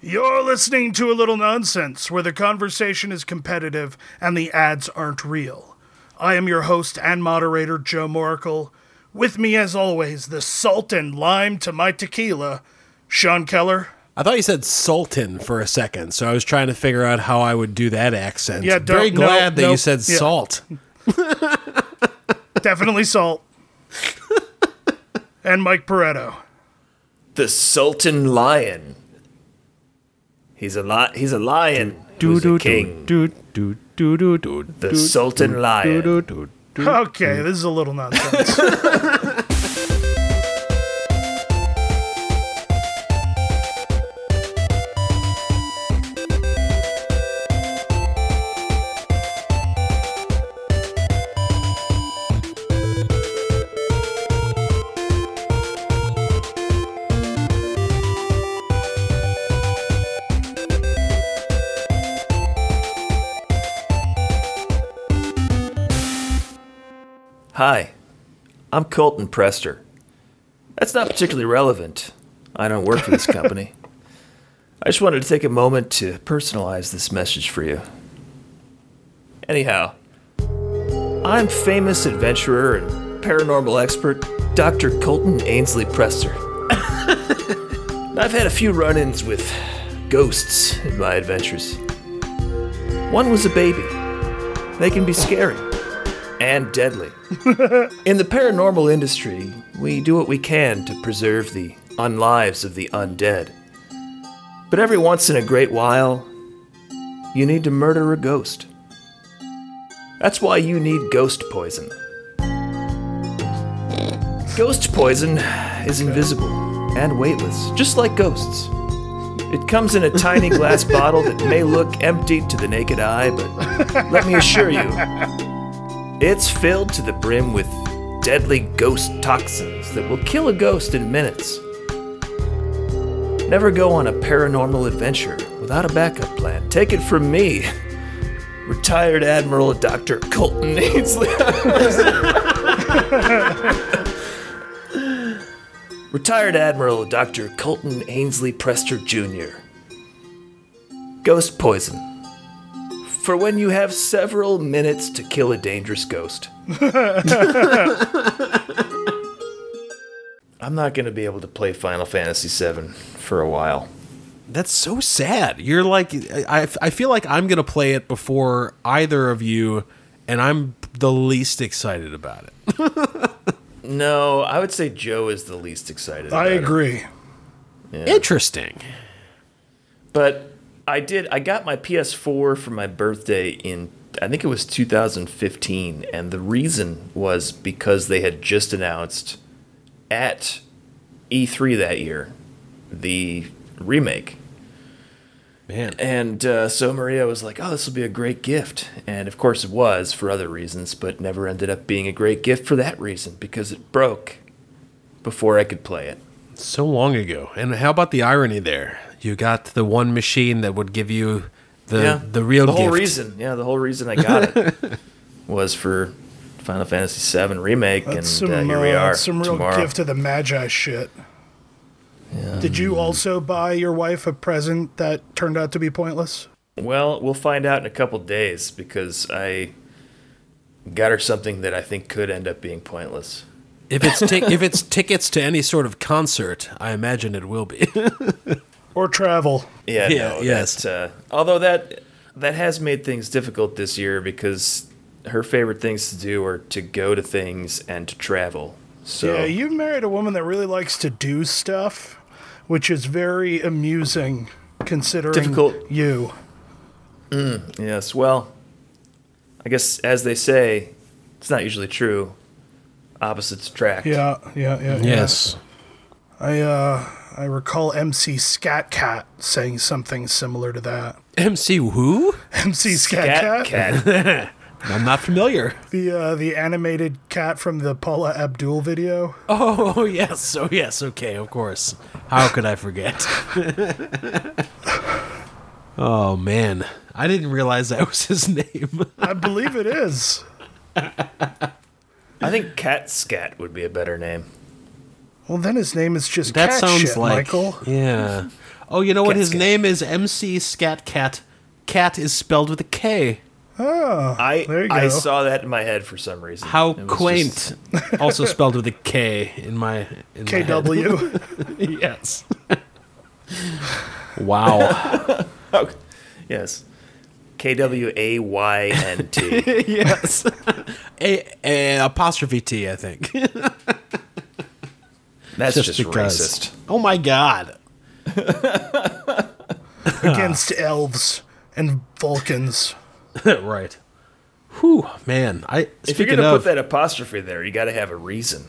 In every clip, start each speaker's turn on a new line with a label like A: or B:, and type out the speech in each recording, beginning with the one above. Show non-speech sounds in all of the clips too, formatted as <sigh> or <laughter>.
A: You're listening to A Little Nonsense, where the conversation is competitive and the ads aren't real. I am your host and moderator, Joe Moracle. With me, as always, the salt and lime to my tequila, Sean Keller. <laughs>
B: I thought you said Sultan for a second, so I was trying to figure out how I would do that accent.
A: Yeah, don't-
B: very
A: no,
B: glad that
A: no,
B: you said
A: yeah.
B: salt.
A: Definitely salt. and Mike Pareto.
C: the Sultan Lion. He's a li- he's a lion. who's a king.
B: do do do do do
C: The Sultan Lion.
B: do
A: Okay, this is a little nonsense.
C: <laughs> Hi, I'm Colton Prester. That's not particularly relevant. I don't work for this company. I just wanted to take a moment to personalize this message for you. Anyhow, I'm famous adventurer and paranormal expert Dr. Colton Ainsley Prester. I've had a few run ins with ghosts in my adventures. One was a baby. They can be scary and deadly. In the paranormal industry, we do what we can to preserve the unlives of the undead. But every once in a great while, you need to murder a ghost. That's why you need ghost poison. Ghost poison is invisible and weightless, just like ghosts. It comes in a tiny glass bottle that may look empty to the naked eye, but let me assure you, it's filled to the brim with deadly ghost toxins that will kill a ghost in minutes. Never go on a paranormal adventure without a backup plan. Take it from me, retired Admiral Dr. Colton Ainsley. retired Admiral Dr. Colton Ainsley Prester Jr. Ghost poison for when you have several minutes to kill a dangerous ghost. I'm not going to be able to play Final Fantasy VII for a while.
B: That's so sad. You're like I, I feel like I'm gonna play it before either of you, and I'm the least excited about it.
C: No, I would say Joe is the least excited.
A: I
C: about it.
A: agree.
B: Interesting.
C: But I did. I got my PS4 for my birthday in I think it was 2015, and the reason was because they had just announced at E3 that year the remake
B: Man.
C: And uh, so Maria was like, "Oh, this will be a great gift," and of course it was for other reasons, but never ended up being a great gift for that reason because it broke before I could play it.
B: So long ago. And how about the irony there? You got the one machine that would give you the the real
C: the whole
B: gift.
C: reason, yeah, the whole reason I got
B: <laughs>
C: it was for Final Fantasy VII remake,
A: That's
C: and
A: some,
C: uh, here we
A: uh,
C: are
A: some real
C: tomorrow.
A: gift of the Magi shit. Did you also buy your wife a present that turned out to be pointless?
C: Well, we'll find out in a couple days because I got her something that I think could end up being pointless.
B: If it's ti- if
C: <laughs>
B: it's tickets to any sort of concert, I imagine it will be.
A: Or travel?
C: Yeah,
B: Yeah,
C: no,
B: yes.
C: that, uh, although that that has made things difficult this year because her favorite things to do are to go to things and to travel. So
A: Yeah, you married a woman that really likes to do stuff, which is very amusing considering
C: Difficult.
A: you.
C: yes, well, I guess as they say, it's not usually true. Opposites attract.
A: Yeah, yeah, yeah. yeah.
B: <laughs> yes.
A: I uh I recall MC Scat Cat saying something similar to that. <laughs>
B: MC Who?
A: MC Scat,
C: Cat,
A: Cat, <laughs>
C: cat.
B: I'm not familiar.
A: the uh, the animated cat from the Paula Abdul video.
B: <laughs> Oh yes, oh yes, okay, of course. How could I forget? <laughs> oh man. I didn't realize that was his name.
A: I believe it is.
C: I think Cat Scat would be a better name.
A: Well, then his name is just
B: <laughs> That
A: Cat
B: sounds
A: Shit,
B: like
A: Michael.
B: <laughs> Yeah. Oh, you know what?
C: Cat
B: His
C: Scat.
B: name is MC Scat Cat. Cat is spelled with a K.
C: I
A: Uh, There you
C: I
A: go.
C: saw that in my head for some reason.
B: How
C: It was just-
B: quaint. <laughs> also spelled with a K in my in my head.
A: KW.
B: <laughs> yes. wow.
C: Oh, <laughs> yes. K W A Y N
A: <laughs>
C: T.
B: <laughs> yes. <laughs> a, a apostrophe T, I think.
C: That's just,
B: because.
C: racist.
B: Oh my
C: <laughs>
B: god.
A: against elves and Vulcans.
B: right. Whew, man. I
C: If you're
B: speaking
C: gonna
B: of,
C: put that apostrophe there, you got to have a reason.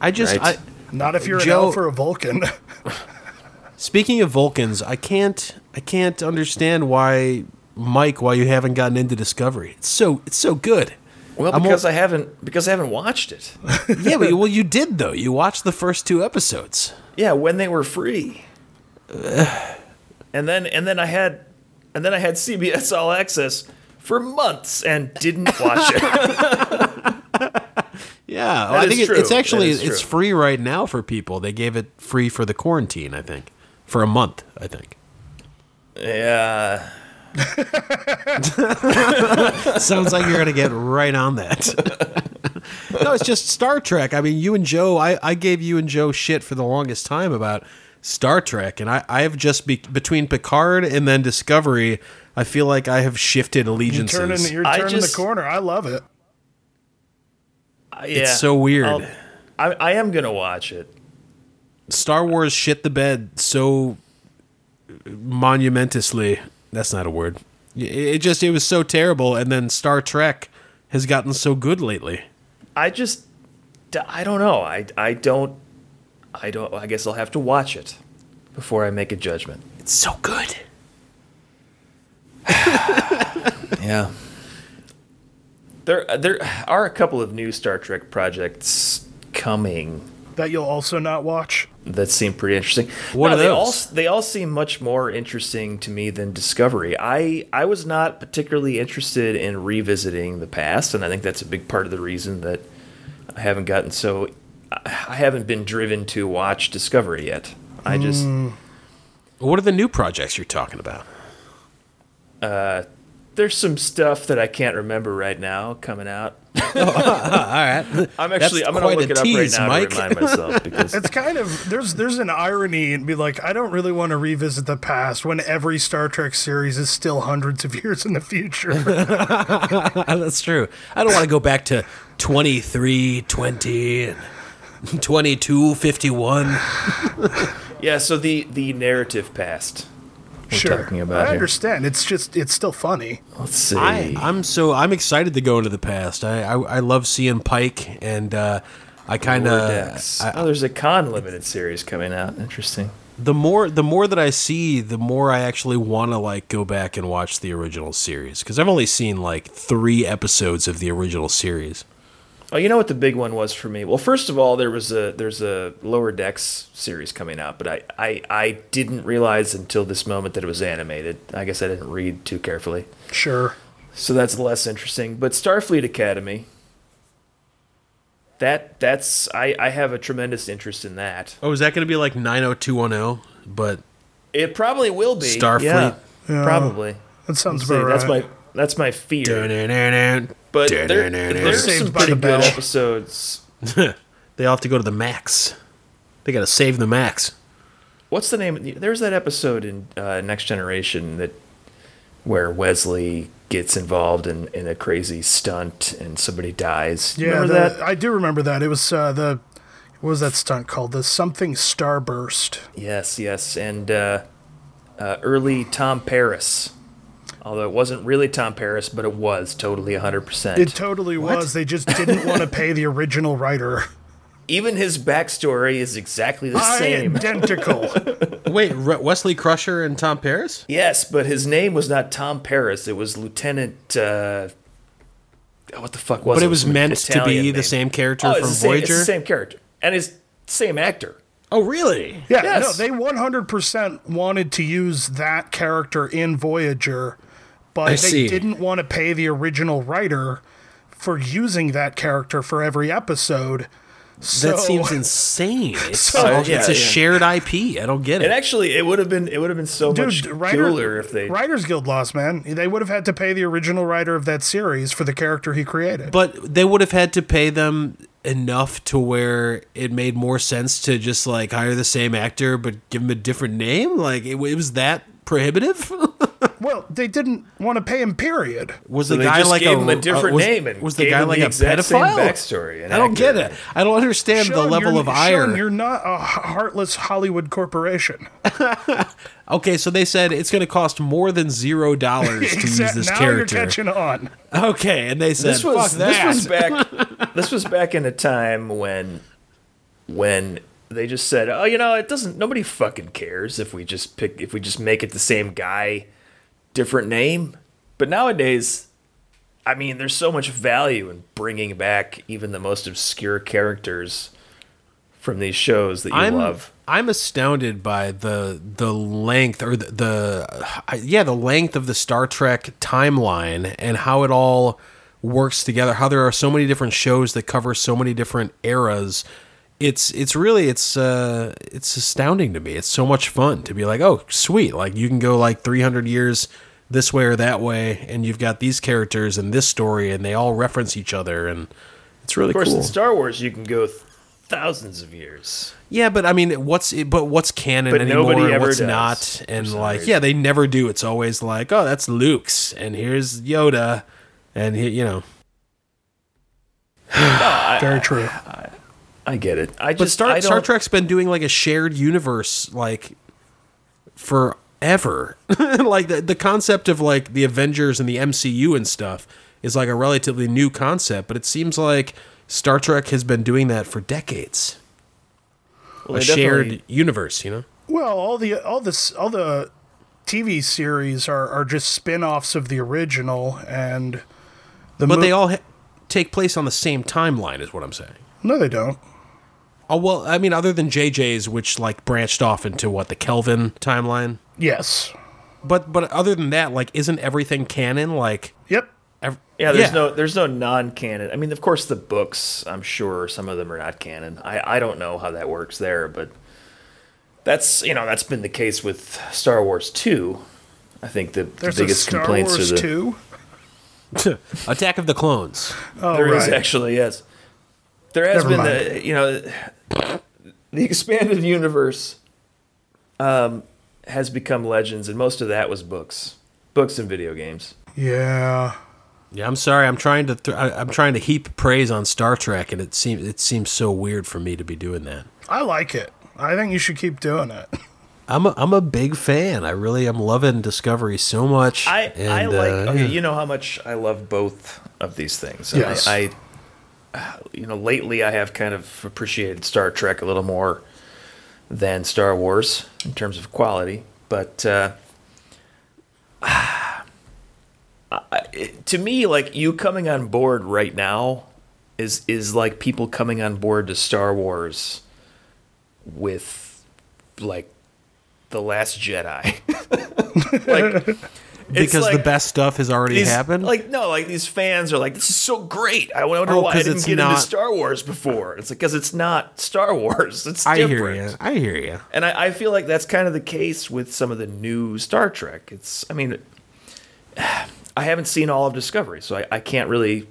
B: I just
C: right.
B: I
A: Not if you're
B: Joe-
A: an elf or a Vulcan. <laughs>
B: Speaking of Vulcans, I can't I can't understand why Mike why you haven't gotten into Discovery. It's so it's so good.
C: Well,
B: I'm
C: because
B: al-
C: I haven't because I haven't watched it.
B: yeah, but you, well you did though. You watched the first two episodes.
C: Yeah, when they
B: <sighs>
C: were free. and then and then I had and then I had CBS All Access for months and didn't watch
B: <laughs>
C: it.
B: Yeah, well, I
C: is
B: think it,
C: true.
B: it's
C: That
B: actually
C: is
B: it's
C: true.
B: free right now for people. They gave it free for the quarantine, I think, for a month. I think.
C: yeah.
B: Sounds like you're gonna get right on that. <laughs> no, it's just Star Trek. I mean, you and Joe, I, I gave you and Joe shit for the longest time about Star Trek, and I I've just be, between Picard and then Discovery, I feel like I have shifted allegiances.
A: turning, you're
C: I
A: turning
C: just-
A: the corner. I love it.
C: I- yeah.
B: so weird.
C: I'll- I, I am gonna watch it.
B: Star Wars shit the bed so monumentously. That's not a word. It, it just it was so terrible, and then Star Trek has gotten so good lately.
C: I just d- I don't know. I I don't I don't I guess I'll have to watch it before I make a judgment.
B: It's so good.
C: Yeah. There there are a couple of new Star Trek projects coming
A: That you'll also not watch.
C: that seem pretty interesting.
B: What are
C: they
B: those?
C: all they all seem much more interesting to me than Discovery. I I was not particularly interested in revisiting the past, and I think that's a big part of the reason that I haven't gotten so I I haven't been driven to watch Discovery yet. I just
B: Hmm. What are the new projects you're talking about?
C: there's some stuff that I can't remember right now coming out. all right. <laughs> I'm actually
B: That's
C: I'm going
B: quite
C: to
B: a
C: look it
B: tease,
C: up right now
B: Mike.
C: to remind myself
B: <laughs>
C: because
A: It's kind of <laughs> there's there's an irony and be like I don't really want to revisit the past when every Star Trek series is still hundreds of <laughs> years in the future.
B: <laughs> That's true. I don't want to go back to 2320 and 2251.
C: yeah, so the the narrative past.
A: sure,
C: talking about
A: I
C: here.
A: understand. It's just it's still funny.
C: Let's see.
B: I, I'm so I'm excited to go into the past. I I, I love seeing Pike and uh, I kind of
C: Rolodex. oh, there's a con limited series coming out. Interesting.
B: the more the more that I see, the more I actually want to like go back and watch the original series because I've only seen like three episodes of the original series.
C: Oh, you know what the big one was for me? Well, first of all, there was a there's a Lower Decks series coming out, but I I, I didn't realize until this moment that it was animated. I guess I didn't read too carefully,
A: Sure,
C: so that's less interesting. But Starfleet Academy. That that's I I have a tremendous interest in that.
B: Oh, is that going to be like
C: oh?
B: 90210? But
C: It probably will be
B: Starfleet?
C: Yeah,
A: Yeah.
C: Probably.
A: that sounds
C: See,
A: about right.
C: that's my that's my fear. But there, there's
A: Saved
C: some
A: by
C: pretty
A: the
C: good
A: Bell.
C: episodes.
B: <laughs> they all have to go to the max. They got to save the max.
C: What's the name? of the- There's that episode in uh, Next Generation that where Wesley gets involved in, in a crazy stunt and somebody dies.
A: yeah.
C: Remember
A: the-
C: that?
A: I do remember that. It was uh, the what was that stunt called? The something starburst.
C: Yes, yes, and uh, uh, early Tom Paris. Although it wasn't really Tom Paris, but it was totally 100%.
A: It totally was. They just didn't want to pay the original writer.
C: Even his backstory is exactly the
A: <laughs>
C: same.
A: Identical.
B: Wait, Re- Wesley Crusher and Tom Paris?
C: Yes, but his name was not Tom Paris. It was Lieutenant. Uh, oh, what the fuck was it?
B: But it was
C: some
B: meant to
C: Italian
B: be the
C: name.
B: same character
C: Oh, it's
B: from
C: the same, it's
B: Voyager.
C: the same character and it's same actor.
B: Oh, really?
A: Yeah,
C: Yes.
A: no, they 100% wanted to use that character in Voyager, but
B: I
A: they
B: see.
A: didn't want to pay the original writer for using that character for every episode. So,
B: that seems <laughs> insane. It's,
A: So-
B: it's
C: Yeah,
B: a
C: yeah.
B: shared IP. I don't get it.
C: And actually, it would have been it would have been so
A: <laughs>
C: much
A: dude, writer,
C: cooler if they.
A: Writers Guild lost, man. They would have had to pay the original writer of that series for the character he created.
B: but they would have had to pay them enough to where it made more sense to just like hire the same actor but give him a different name. Like it, it was that prohibitive. <laughs>
A: well, they didn't want to pay him. Period.
B: was
C: So
B: the
C: they
B: guy
C: just
B: like
C: gave
B: a,
C: him a different
B: was,
C: name and
B: was the
C: gave
B: guy
C: him
B: like
C: the
B: a
C: exact same
B: pedophile?
C: backstory and
B: I don't get it.
C: accurate.
B: I don't understand the
A: Sean,
B: level
A: you're-
B: of ire.
A: Sean, you're not a heartless Hollywood corporation.
B: Okay, so they said it's going to cost more than zero
C: <laughs>
B: dollars to use
A: Exact-
B: this
A: now
B: character.
A: you're catching on.
B: okay, and they said
C: This was
B: Fuck
C: this
B: that. <laughs>
C: was back this was back in a time when when they just said, oh, you know, it doesn't nobody fucking cares if we just pick if we just make it the same guy, different name. But nowadays, I mean, there's so much value in bringing back even the most obscure characters from these shows that you
B: I'm
C: love.
B: I'm astounded by the the length or the, the I- yeah the length of the Star Trek timeline and how it all works together. How there are so many different shows that cover so many different eras. It's it's really it's uh it's astounding to me. It's so much fun to be like, oh sweet, like you can go like 300 years this way or that way, and you've got these characters and this story, and they all reference each other, and it's really
C: Of course,
B: cool.
C: in Star Wars, you can go th- thousands of years.
B: Yeah, but I mean, what's but what's canon
C: But
B: anymore?
C: nobody
B: and
C: ever
B: what's
C: does,
B: not?
C: for
B: And
C: some
B: like,
C: reason.
B: yeah, they never do. It's always like, oh, that's Luke's, and here's Yoda, and he, you know.
A: Very true.
C: I get it. I just
B: But Star
C: I
B: Star
C: don't-
B: Trek's been doing like a shared universe like forever. <laughs> like the the concept of like the Avengers and the MCU and stuff is like a relatively new concept, but it seems like Star Trek has been doing that for decades.
C: Well,
B: a
C: they
B: shared
C: definitely-
B: universe, you know.
A: Well, all the all this all the TV series are, are just spin-offs of the original and the
B: But
A: mo-
B: they all ha- take place on the same timeline, is what I'm saying.
A: No they don't.
B: Oh well, I mean, other than JJ's, which like branched off into what the Kelvin timeline.
A: Yes.
B: But but other than that, like, isn't everything canon? Like,
A: Yep.
B: ev-
C: Yeah, there's no there's no non canon. I mean, of course, the books. I'm sure some of them are not canon. I I don't know how that works there, but that's you know that's been the case with Star Wars two. I think the, the
A: There's
C: biggest
A: a Star
C: complaints
A: Wars
C: are the
A: 2.
B: <laughs> Attack of the Clones.
A: Oh,
C: There is
A: right.
C: actually yes. There has
A: Never
C: been
A: mind.
C: the you know the expanded universe um, has become legends, and most of that was books, books and video games.
A: Yeah.
B: Yeah, I'm sorry. I'm trying to th- I, I'm trying to heap praise on Star Trek, and it seems it seems so weird for me to be doing that.
A: I like it. I think you should keep doing
C: <laughs>
A: it.
B: I'm a, I'm a big fan. I really am loving Discovery so much.
C: I, I
B: and,
C: like
B: uh,
C: okay,
B: yeah.
C: you know how much I love both of these things. And
A: Yes.
C: I, I you know lately I have kind of appreciated Star Trek a little more than Star Wars in terms of quality, but uh, <sighs> I- it- to me like you coming on board right now is is like people coming on board to Star Wars with like the last Jedi. <laughs> like it's
B: because the
C: like-
B: best stuff has already
C: these-
B: happened.
C: Like no, like these fans are like, this is so great. I wonder
B: Oh,
C: why I
B: 'cause
C: didn't
B: it's
C: get
B: not-
C: into Star Wars before. It's like because it's not Star Wars. <laughs> It's
B: I
C: different.
B: hear you. I hear you.
C: And I, I feel like that's kind of the case with some of the new Star Trek. It's I mean, <sighs> I haven't seen all of Discovery, so I, I can't really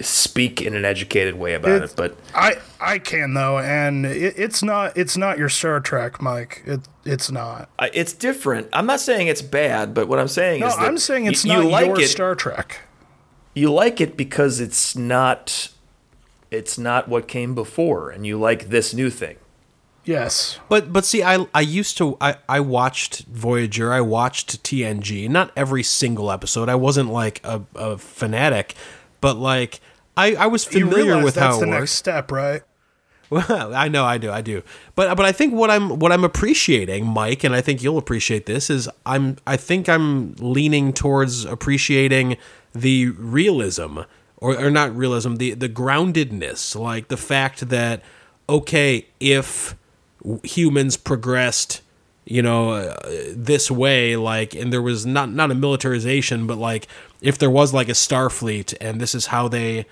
C: speak in an educated way about
A: It's-
C: it. Uh, But
A: I I can though and it, it's not it's not your Star Trek, Mike. It it's not.
C: I, it's different. I'm not saying it's bad, but what I'm saying
A: No,
C: is that
A: I'm saying it's
C: you,
A: not
C: you like
A: your
C: it,
A: Star Trek.
C: you like it because it's not it's not what came before and you like this new thing
A: Yes.
B: But but see, I I used to I I watched Voyager, I watched TNG, not every single episode. I wasn't like a, a fanatic, but like I I was
A: You
B: familiar
A: realize
B: with
A: that's
B: how
A: the
B: it
A: next
B: works.
A: step, right?
B: Well, I know I do, I do. But but I think what I'm what I'm appreciating, Mike, and I think you'll appreciate this is I'm I think I'm leaning towards appreciating the realism or or not realism, the the groundedness, like the fact that okay, if w- humans progressed you know uh, this way like and there was not not a militarization but like if there was like a starfleet and this is how they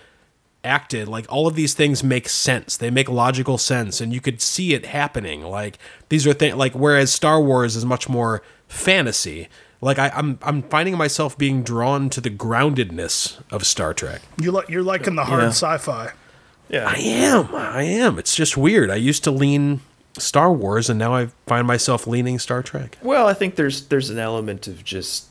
B: acted like all of these things make sense they make logical sense and you could see it happening like these are things like whereas star wars is much more fantasy like I, I'm, I'm finding myself being drawn to the groundedness of Star Trek.
A: You like you're liking the hard sci-fi.
C: Yeah.
B: I am, I am. It's just weird. I used to lean Star Wars, and now I find myself leaning Star Trek.
C: Well, I think there's there's an element of just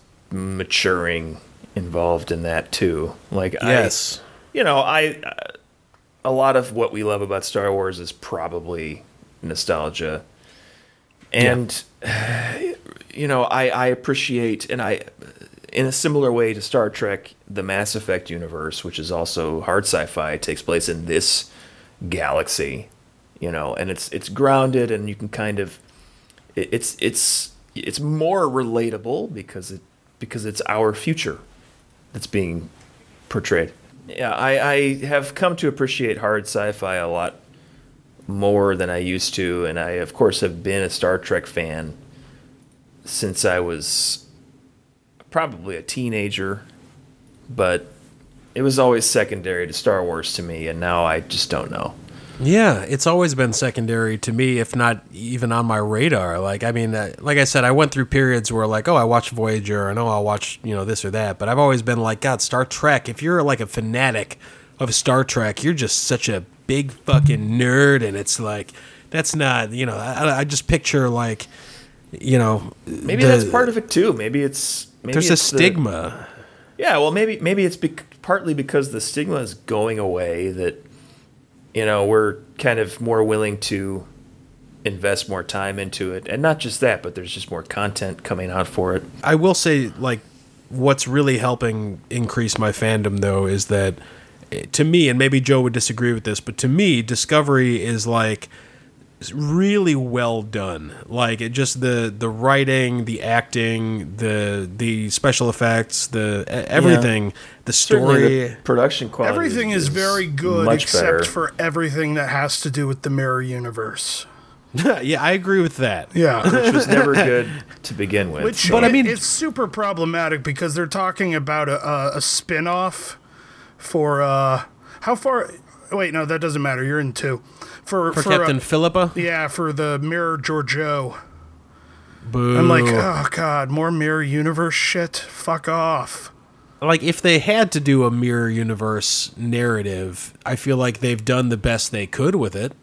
C: maturing involved in that too. Like
B: Yes.
C: I, you know, I uh, a lot of what we love about Star Wars is probably nostalgia, and <sighs> you know, I I appreciate and I. In a similar way to Star Trek, the Mass Effect universe, which is also hard sci-fi, takes place in this galaxy, you know, and it's it's grounded, and you can kind of it- it's it's it's more relatable because it because it's our future that's being portrayed. Yeah, I, I have come to appreciate hard sci-fi a lot more than I used to, and I of course have been a Star Trek fan since I was probably a teenager, but it was always secondary to Star Wars to me, and now I just don't know.
B: Yeah, it's always been secondary to me, if not even on my radar. Like, I mean, uh, like I said, I went through periods where, like, oh, I watch Voyager, and oh, I'll watch, you know, this or that. But I've always been like, God, Star Trek. If you're like a fanatic of Star Trek, you're just such a big fucking nerd, and it's like, that's not, you know, I, I- I just picture like, you know,
C: Maybe that's part of it too. Maybe it's maybe
B: There's a
C: it's the-
B: stigma.
C: Yeah, well, maybe maybe it's bec- partly because the stigma is going away that you know we're kind of more willing to invest more time into it, and not just that, but there's just more content coming out for it.
B: I will say, like, what's really helping increase my fandom, though, is that eh, to me, and maybe Joe would disagree with this, but to me, Discovery is like s- really well done. Like, it just the the writing, the acting, the the special effects, the e- everything, the
C: Certainly,
B: story.
C: the production quality.
A: Everything is very good
C: much
A: except
C: better.
A: for everything that has to do with the mirror universe.
B: <laughs> yeah, I agree with that.
A: Yeah.
B: <laughs>
C: which was
A: <laughs>
C: never good to begin with.
A: Which,
B: But I
A: it-
B: mean-
A: it's super problematic because they're talking about a, a, a spin off for uh, how far. Wait, no, that doesn't matter. You're in two. For,
B: For,
A: uh,
B: Captain Philippa,
A: yeah, for the Mirror Giorgio.
B: boo.
A: I'm like, oh, God, more Mirror Universe shit? Fuck off.
B: like if they had to do a mirror universe narrative, I feel like they've done the best they could with it.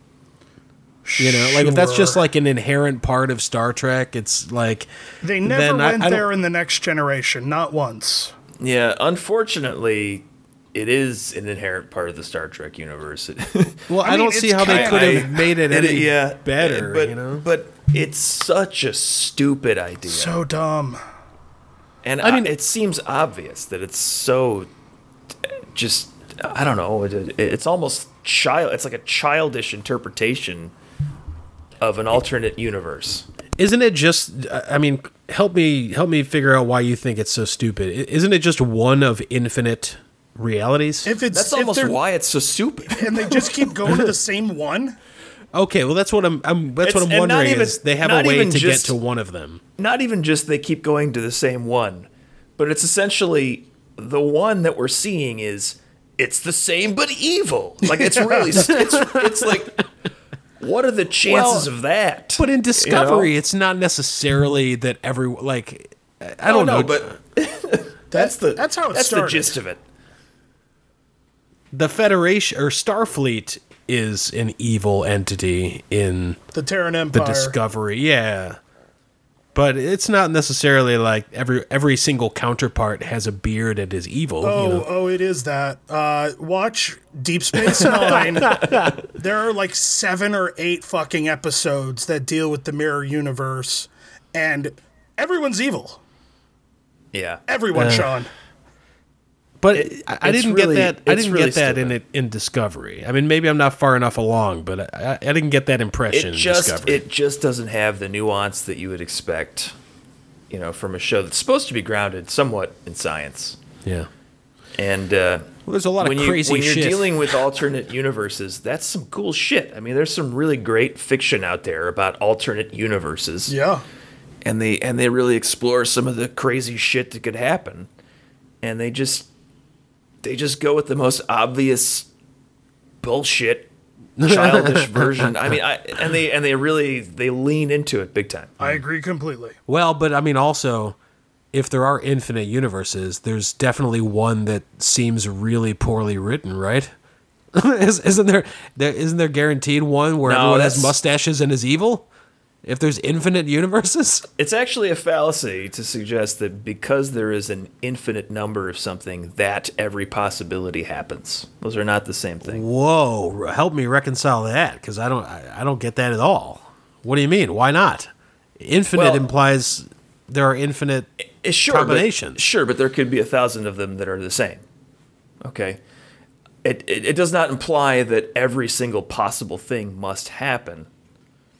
B: You know, like if that's just
A: Sure.
B: like an inherent part of Star Trek, it's like
A: They never
B: then I-
A: went
B: I don't-
A: there in the next generation, not once.
C: yeah, unfortunately, it is an inherent part of the Star Trek universe. <laughs>
B: well, I,
A: mean,
B: don't see
A: it's
B: how they
A: kinda-
B: could have <laughs> made it
C: And
B: any
C: it- yeah,
B: better.
C: but
B: you know,
C: but it's such a stupid idea.
A: So dumb.
C: And I, mean, it seems obvious that it's so just I don't know. It, it- it's almost child. It's like a childish interpretation of an alternate universe.
B: isn't it just? I I mean, help me help me figure out why you think it's so stupid. I- Isn't it just one of infinite realities?
A: If it's
C: That's
A: if
C: almost
A: they're-
C: why it's so stupid.
A: and they just keep going
C: <laughs>
A: to the same one.
B: okay, well that's what I'm. I'm that's what
C: It's-
B: I'm
C: and not
B: wondering
C: even-
B: is they have
C: not
B: a way
C: even
B: to get
C: just-
B: to one of them.
C: Not even just they keep going to the same one, but it's essentially the one that we're seeing is it's the same but evil. Like it's <laughs> really it's it's like what are the chances
B: Well,
C: of that?
B: But in Discovery,
C: You know?
B: it's not necessarily that every like I I don't
C: no,
B: know,
C: but <laughs> that's the
A: that's how it
C: that's the
A: started.
C: gist of it.
B: the Federation or Starfleet is an evil entity in
A: The Terran
B: the
A: Empire.
B: Discovery. Yeah. But it's not necessarily like every every single counterpart has a beard and is evil.
A: oh,
B: you know?
A: oh, it is that. Uh, watch Deep
C: <laughs>
A: Space Nine. there are like seven or eight fucking episodes that deal with the mirror universe, and everyone's evil.
C: Yeah.
A: Everyone, Sean.
B: But I, I
C: it's
B: didn't
C: really-
B: get that. I
C: it's
B: didn't
C: really
B: get that in it in Discovery. I mean, maybe I'm not far enough along, but I, I didn't get that impression.
C: It just
B: in Discovery.
C: it just doesn't have the nuance that you would expect, you know, from a show that's supposed to be grounded somewhat in science.
B: yeah.
C: And uh,
B: Well, there's a lot
C: when
B: of
C: you
B: crazy
C: when you're
B: shit.
C: dealing with alternate universes, that's some cool shit. I mean, there's some really great fiction out there about alternate universes.
A: Yeah.
C: and they and they really explore some of the crazy shit that could happen and they just they just go with the most obvious bullshit childish version. I mean, I, and they and they really they lean into it big time.
A: I agree completely.
B: Well, but I mean, also, if there are infinite universes, there's definitely one that seems really poorly written, right? <laughs> Is- isn't there, there? Isn't there guaranteed one where
C: No,
B: everyone has
C: that's-
B: mustaches and is evil? If there's infinite universes, <laughs>
C: It's actually a fallacy to suggest that because there is an infinite number of something, that every possibility happens. Those are not the same thing.
B: whoa! Help me reconcile that because I don't, I, I don't get that at all. What do you mean? Why not? Infinite
C: Well-
B: implies there are infinite.
C: Eh, Sure,
B: Combinations.
C: But, sure, but there could be a thousand of them that are the same. Okay. It, it, it does not imply that every single possible thing must happen.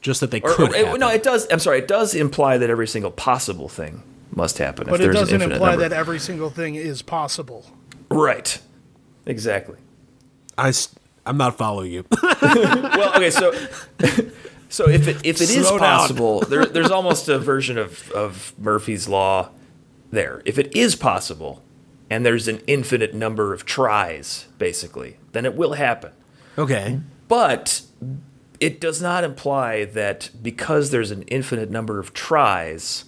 B: Just that they
C: Or,
B: could.
C: or- it-
B: happen.
C: no, it does. I'm sorry. It does imply that every single possible thing must happen.
A: But
C: if
A: it
C: there's an
A: doesn't
C: infinite
A: imply
C: number.
A: that every single thing is possible.
C: Right. Exactly.
B: I, s- I'm not following you. <laughs>
C: Well, okay, so <laughs> so if it if it is
B: Slow down.
C: possible, there, there's almost a version of of Murphy's law there. If it is possible, and there's an infinite number of tries, basically, then it will happen.
B: okay.
C: But it does not imply that because there's an infinite number of tries,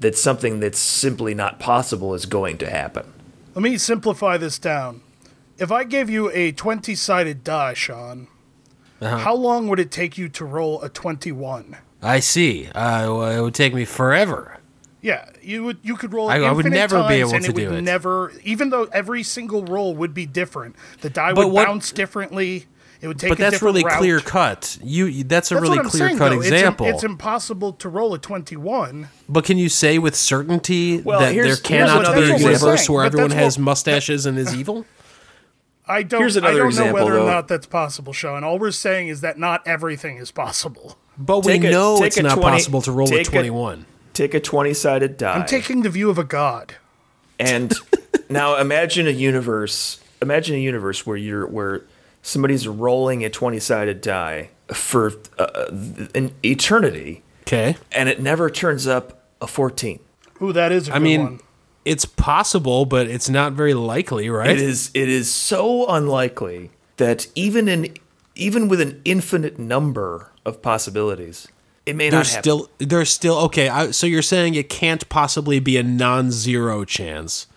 C: that something that's simply not possible is going to happen.
A: Let me simplify this down. If I gave you a 20 sided die, Sean,
C: Uh-huh.
A: how long would it take you to roll a 21?
B: I see. Uh, well, it would take me forever.
A: Yeah, you would. You could roll.
B: I- I would
A: infinite
B: never be
A: times
B: able
A: and
B: to
A: it would
B: do it.
A: Never, even though every single roll would be different, the die
B: But
A: would
B: what-
A: bounce differently. It would take.
B: But
A: a
B: that's
A: different
B: really
A: route.
B: clear cut. You you- that's a
A: That's
B: really
A: what I'm
B: clear
A: saying,
B: cut
A: though. It's im-
B: example.
A: It's, impossible to roll a 21.
B: but can you say with certainty
C: Well,
B: that there
C: here's-
A: here's what-
B: cannot be
A: that's
B: a
A: what we're
B: universe
A: saying,
B: where
A: but
B: everyone
A: that's
B: has
A: what-
B: mustaches
A: <laughs>
B: and is evil?
A: I don't.
C: Here's
A: I
C: another
A: don't
C: example,
A: know whether
C: though.
A: or not that's possible, Sean. All we're saying is that not everything is possible.
B: But we
C: Take a-
B: know
C: take
B: it's
C: a
B: not
C: 20
B: possible to roll a
C: take a-
B: twenty-one.
C: Take a twenty-sided die.
A: I'm taking the view of a god.
B: <laughs>
C: And now imagine a universe. Imagine a universe where you're where somebody's rolling a twenty-sided die for uh, an eternity,
B: Okay.
C: and it never turns up a fourteen.
A: Ooh, that is a
B: I
A: good
B: mean,
A: one.
B: it's possible, but it's not very likely, right?
C: It is it is so unlikely that even in even with an infinite number of possibilities, it may
B: There's
C: not happen.
B: still there's still okay. I, so you're saying it can't possibly be a non-zero chance,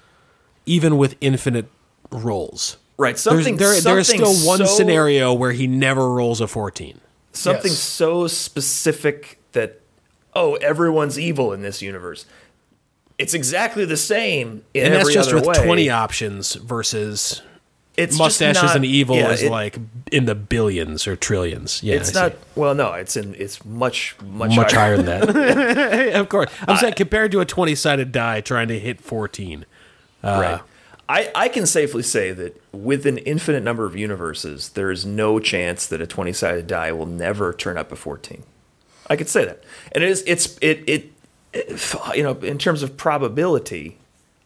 B: even with infinite rolls.
C: right.
B: There's-
C: Something
B: there, there is
C: something
B: still one
C: so-
B: scenario where he never rolls a 14.
C: Something
A: Yes.
C: so specific that oh, everyone's evil in this universe. It's exactly the same in
B: And that's
C: every
B: just
C: other
B: with
C: way.
B: 20 options versus
C: it's
B: mustaches
C: just not-
B: and evil
C: yeah,
B: is
C: it-
B: like in the billions or trillions. Yeah,
C: it's
B: I
C: not
B: see.
C: well no it's in it's much much,
B: much higher
C: higher.
B: than that. <laughs>
C: <laughs>
B: of course.
C: Uh,
B: I'm saying compared to a 20 sided die trying to hit 14.
C: right Uh, I, I can safely say that with an infinite number of universes there is no chance that a 20 sided die will never turn up a 14 i could say that and it is it's it, it it you know in terms of probability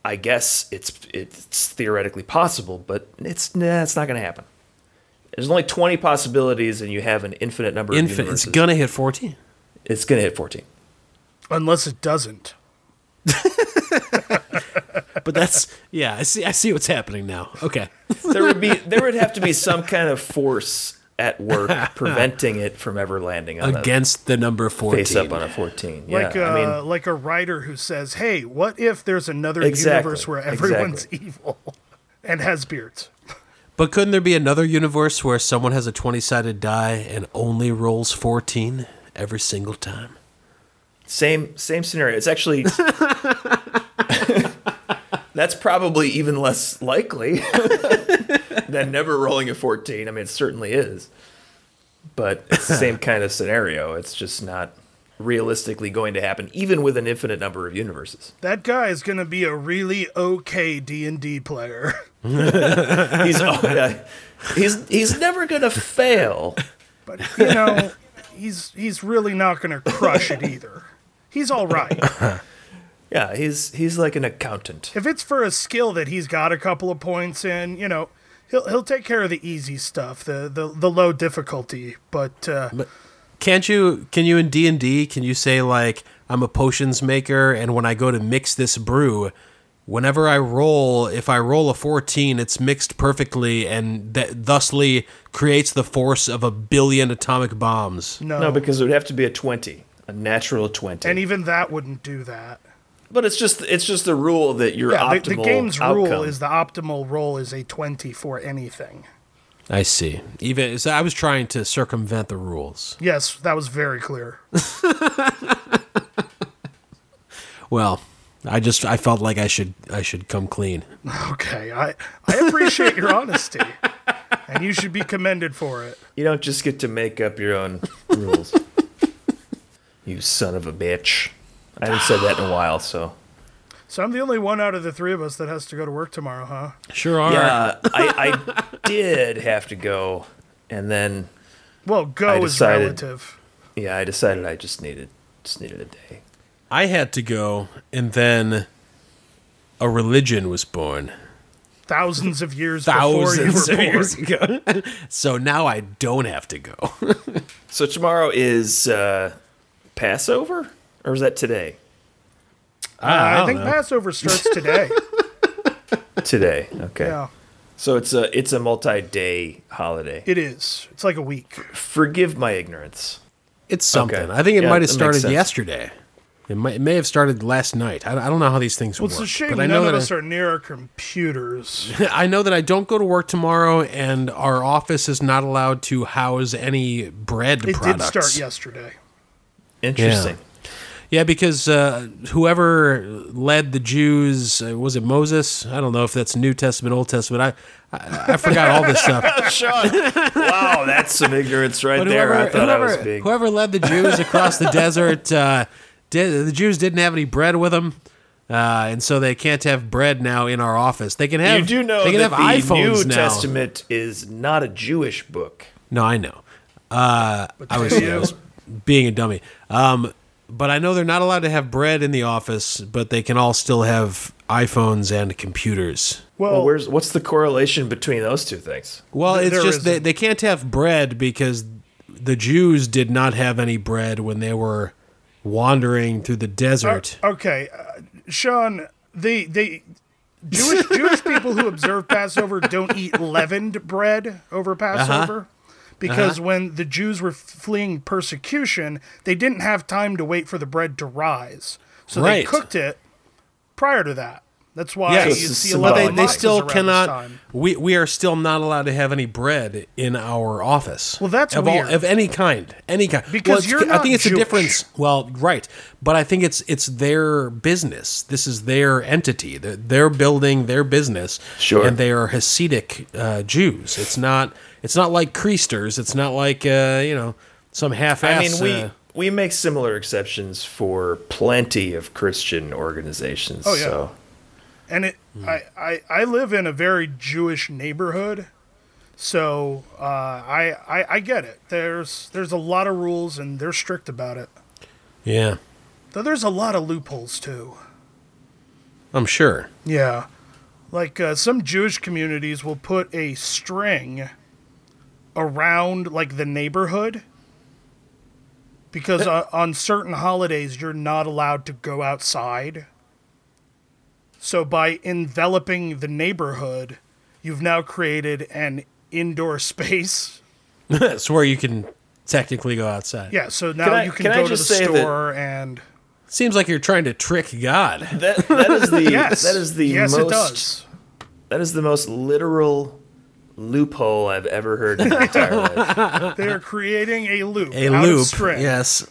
C: i guess it's it's theoretically possible but it's nah, it's not going to happen there's only 20 possibilities and you have an infinite number of
B: Infant, it's
C: universes
B: going to hit 14.
C: it's going to hit 14
A: Unless it doesn't.
B: But that's, <laughs> yeah, I see, I see what's happening now.
C: <laughs>
B: Okay.
C: there would be there would have to be some kind of force at <laughs> work preventing it from ever landing on a
B: Against the number 14.
C: face up on a 14 yeah
A: Like, uh,
C: i mean
A: like a writer who says, "Hey, what if there's another
C: Exactly,
A: universe where everyone's <laughs> evil and has beards?"
B: But couldn't there be another universe where someone has a 20 sided die and only rolls 14 every single time?
C: same same scenario it's
A: <laughs>
C: actually that's probably even less likely <laughs> than never rolling a 14 i mean it certainly is but it's the same kind of scenario it's just not realistically going to happen even with an infinite number of universes
A: That guy is going to be a really okay D and D player. <laughs>
C: he's oh, yeah. he's he's never going to fail
A: But you
C: <laughs>
A: know, he's he's really not going to crush it either. He's all right.
C: Yeah, he's he's like an accountant.
A: If it's for a skill that he's got a couple of points in, you know, he'll he'll take care of the easy stuff, the the, the low difficulty. But, uh,
B: Can't you? Can you in D and D? Can you say like I'm a potions maker, and when I go to mix this brew, whenever I roll, if I roll a 14, it's mixed perfectly and th- thusly creates the force of a billion atomic bombs.
A: No.
C: No, because it would have to be a 20, a natural 20.
A: and even that wouldn't do that.
C: but it's just it's just the rule that your
A: Yeah,
C: optimal
A: the, the game's
C: outcome.
A: rule is the optimal roll is a 20 for anything.
B: I see. Even so I was trying to circumvent the rules.
A: Yes, that was very
B: <laughs>
A: clear.
B: Well, I just I felt like I should I should come clean.
A: Okay, I, I appreciate your honesty, and you should be commended for it.
C: You don't just get to make up
A: <laughs>
C: your own rules. you son of a bitch. I haven't said that in a while, so.
A: So I'm the only one out of the three of us that has to go to work tomorrow, huh?
B: Sure are.
C: Yeah, I, I did have to go, and then
A: Well, go
C: I
A: is
C: decided-
A: relative.
C: yeah, I decided I just needed just needed a day.
B: I had to go and then a religion was born.
A: Thousands of years
B: Thousands
A: before you
B: of
A: were born.
B: <laughs> years ago. so now I don't have to go. <laughs>
C: So tomorrow is uh, Passover, or is that today?
A: I,
B: don't
A: think
B: know.
A: Passover starts
B: <laughs>
A: today.
C: Today, okay.
A: yeah,
C: So it's a it's a multi-day holiday.
A: it is. It's like a week.
C: Forgive my ignorance.
B: It's something.
C: Okay.
B: I think it
C: Yeah,
B: might have
C: that makes
B: started
C: sense.
B: yesterday. It, might, it may have started last night. I, I don't know how these things
A: Well,
B: work.
A: it's a shame
B: but I
A: none
B: know
A: of
B: that
A: us
B: <laughs> I,
A: are near our
B: <laughs>
A: computers.
B: I know that I don't go to work tomorrow, and our office is not allowed to house any bread
A: It did
B: products.
A: start yesterday.
C: Interesting.
B: Yeah, because uh, whoever led the Jews uh, was it Moses? I don't know if that's New Testament, Old Testament. I I, I forgot all this
C: <laughs>
B: stuff.
C: Sean, wow, that's some ignorance right
B: But
C: there.
B: whoever,
C: I thought
B: whoever,
C: I was big.
B: whoever led the Jews across the desert, uh, did, the Jews didn't have any bread with them, uh, and so they can't have bread now in our office. They can have.
C: you do know
B: they can
C: that
B: have
C: the New
B: iPhones now.
C: Testament is not a Jewish book.
B: No, I know. Uh, I <laughs> was,
A: do you?
B: I was being a dummy. Um, but I know they're not allowed to have bread in the office, but they can all still have iPhones and computers.
A: Well,
C: Well, where's what's the correlation between those two things?
B: Well,
A: Th-
B: it's
A: there
B: just they,
A: isn't.
B: they can't have bread because the Jews did not have any bread when they were wandering through the desert.
A: okay, uh, Sean, the the Jewish
B: <laughs>
A: Jewish people who observe Passover don't eat leavened bread over
B: Uh-huh.
A: Passover. Because when the Jews were fleeing persecution, they didn't have time to wait for the bread to rise, so they
B: Right.
A: cooked it prior to that. That's why
B: Yes,
A: you
C: it's
A: see a lot
C: symbolic.
B: but they,
A: of
B: they
A: matzahs
B: still
A: around this
B: cannot.
A: time.
B: We, we are still not allowed to have any bread in our office.
A: Well, that's
B: of
A: weird.
B: of any kind, any kind.
A: Because
B: well, it's-
A: you're
B: I
A: not
B: think it's
A: Jewish.
B: a difference. Well, right, but I think it's it's their business. This is their entity. They're, they're building their business.
C: Sure.
B: and they are Hasidic uh, Jews. It's not it's not like Creasters. It's not like uh, you know some half.
C: I mean, we
B: uh,
C: we make similar exceptions for plenty of Christian organizations.
A: yeah.
C: So
A: And it, I, I, I live in a very Jewish neighborhood, so uh, I, I, I get it. There's, there's a lot of rules, and they're strict about it.
B: yeah,
A: Though there's a lot of loopholes too.
B: I'm sure. <laughs>
A: Yeah, like uh, some Jewish communities will put a string around like the neighborhood because uh, on certain holidays you're not allowed to go outside. So by enveloping the neighborhood, you've now created an indoor <laughs> space.
B: That's where you can technically go outside.
A: Yeah, so now
C: I-
A: you can,
C: can I
A: go to the
C: just say that-
A: store and
B: Seems like you're trying to trick God.
C: that that is <laughs> the
A: yes,
C: that is the
A: yes,
C: most
A: it does.
C: that is the most literal loophole I've ever heard in my entire life. <laughs>
A: They're creating a loop.
B: a
A: out Of
B: loop.
A: string.
B: Yes.